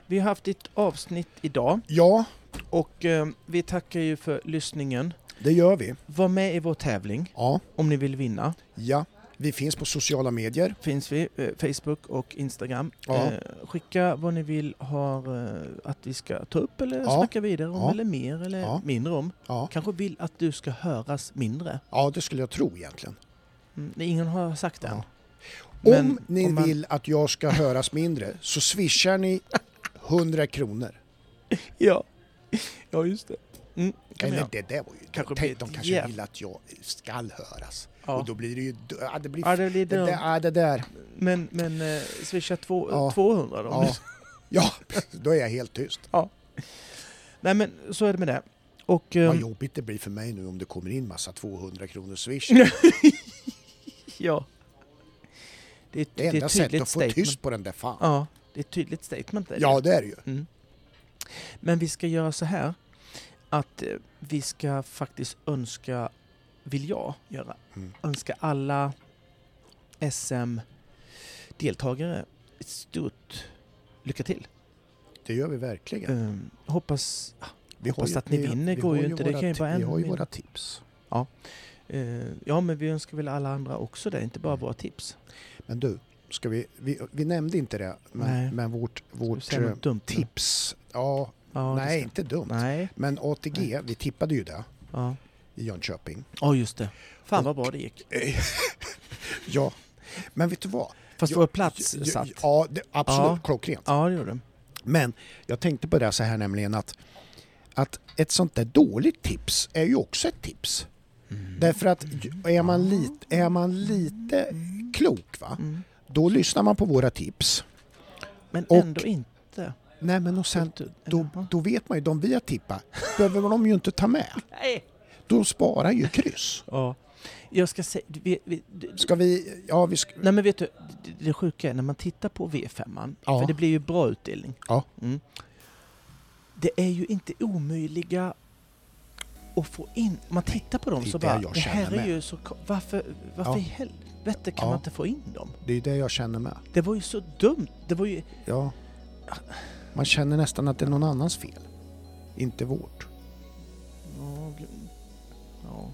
Vi har haft ett avsnitt idag
ja,
och eh, vi tackar ju för lyssningen.
det gör vi.
Var med i vår tävling
Ja,
om ni vill vinna.
ja. Vi finns på sociala medier.
Finns vi, eh, Facebook och Instagram.
Ja.
Eh, skicka vad ni vill har, eh, att vi ska ta upp eller
Ja.
snacka vidare om
Ja.
eller mer eller
Ja.
mindre om.
Ja.
Kanske vill att du ska höras mindre.
ja, det skulle jag tro egentligen.
Mm, nej, ingen har sagt det än.
Ja.
Men
om ni
om man-
vill att jag ska höras mindre så swishar ni 100 kronor.
Ja. ja, just det. Mm, kan vi
Eller
göra.
det där var ju
Kanske blir
Tänk,
ett
de kanske
jäv-
vill att jag skall höras.
ja.
Och då blir det ju... Ja, det blir...
ja, det blir
det,
dumt.
där, ja, det där.
Men, men eh, swisha två,
Ja.
200 då.
Ja. ja, då är jag helt tyst.
Nej, men så är det med det. Och,
Vad
ehm,
jobbigt det blir för mig nu om det kommer in massa 200 kronor swish.
Ja. Det är,
Det
det är
enda
ett
sättet
tydligt
att få
statement.
tyst på den där fan.
Ja, det är ett tydligt statement. är det.
Ja, det är det ju.
Mm. Men vi ska göra så här att eh, vi ska faktiskt önska, vill jag göra,
Mm.
önska alla SM-deltagare ett stort lycka till.
Det gör vi verkligen.
Ehm, hoppas,
Vi
hoppas
ju-
att ni
vi-
vinner
vi
går
har
ju inte, det
våra
kan ju
ti-
vara
Vi
en
har ju
min-
våra tips.
eh, ja men vi önskar väl alla andra också det, inte bara våra tips.
Men du, ska vi, vi, vi nämnde inte det,
Nej.
men, men vårt,
Vårt,
vårt
säga
eh,
något dumt nu?
tips... Ja,
Ja, det
nej,
ska-
inte dumt.
Nej.
Men ATG,
Nej.
vi tippade ju det
Ja.
i Jönköping.
Ja, just det. Fan vad bra det gick.
Ja, men vet du vad?
Fast
Ja,
vår plats
Ja,
satt. Ja,
Ja, det, absolut.
Ja.
Klockrent.
det gjorde den.
Men jag tänkte på det så här nämligen att, att ett sånt där dåligt tips är ju också ett tips. Därför att ju- är man, lit, är man lite klok, va?
Mm.
då lyssnar man på våra tips.
Men
Och-
ändå inte.
Nej, men och sen,
Fullt ut.
då,
Jaha.
då vet man ju, de vi har tippat behöver de ju inte ta med.
Nej.
Då sparar ju kryss.
Ja. Jag ska säga... Vi, vi, d-
Ska vi, ja vi ska,
nej men vet du, d- det sjuka är när man tittar på V5,
Ja.
för det blir ju bra utdelning.
Ja.
Mm. Det är ju inte omöjliga att få in. Om man tittar på dem
Det är
så
det
bara,
jag
det här
känner
är
med.
ju så... ko- Varför, varför
Ja.
i helvete kan
Ja.
man inte få in dem?
det är ju det jag känner med.
Det var ju så dumt. Det var ju...
Ja. Man känner nästan att det är någon annans fel. Inte vårt.
Ja, gl- ja.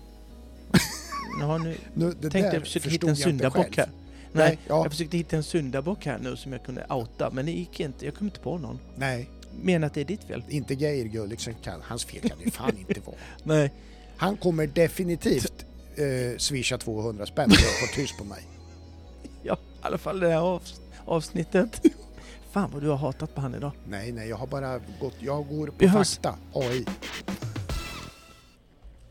ja nu,
Nu, det
tänkte
där
jag försöka hitta
förstod
en
jag inte
syndabock
själv.
här. Nej,
Nej, ja,
jag försökte hitta en syndabock här nu som jag kunde outa, men det gick inte. Jag kom inte på någon.
nej,
Menar att det är ditt fel?
inte Geir Gulliksen kan, hans fel kan det ju fan inte vara.
Nej.
Han kommer definitivt eh, swisha 200 spänn för att få tyst på mig.
Ja, i alla fall det här avs- avsnittet. Fan vad du har hatat på han idag.
Nej, nej, jag har bara gått, jag går på
Vi hörs.
fakta, AI.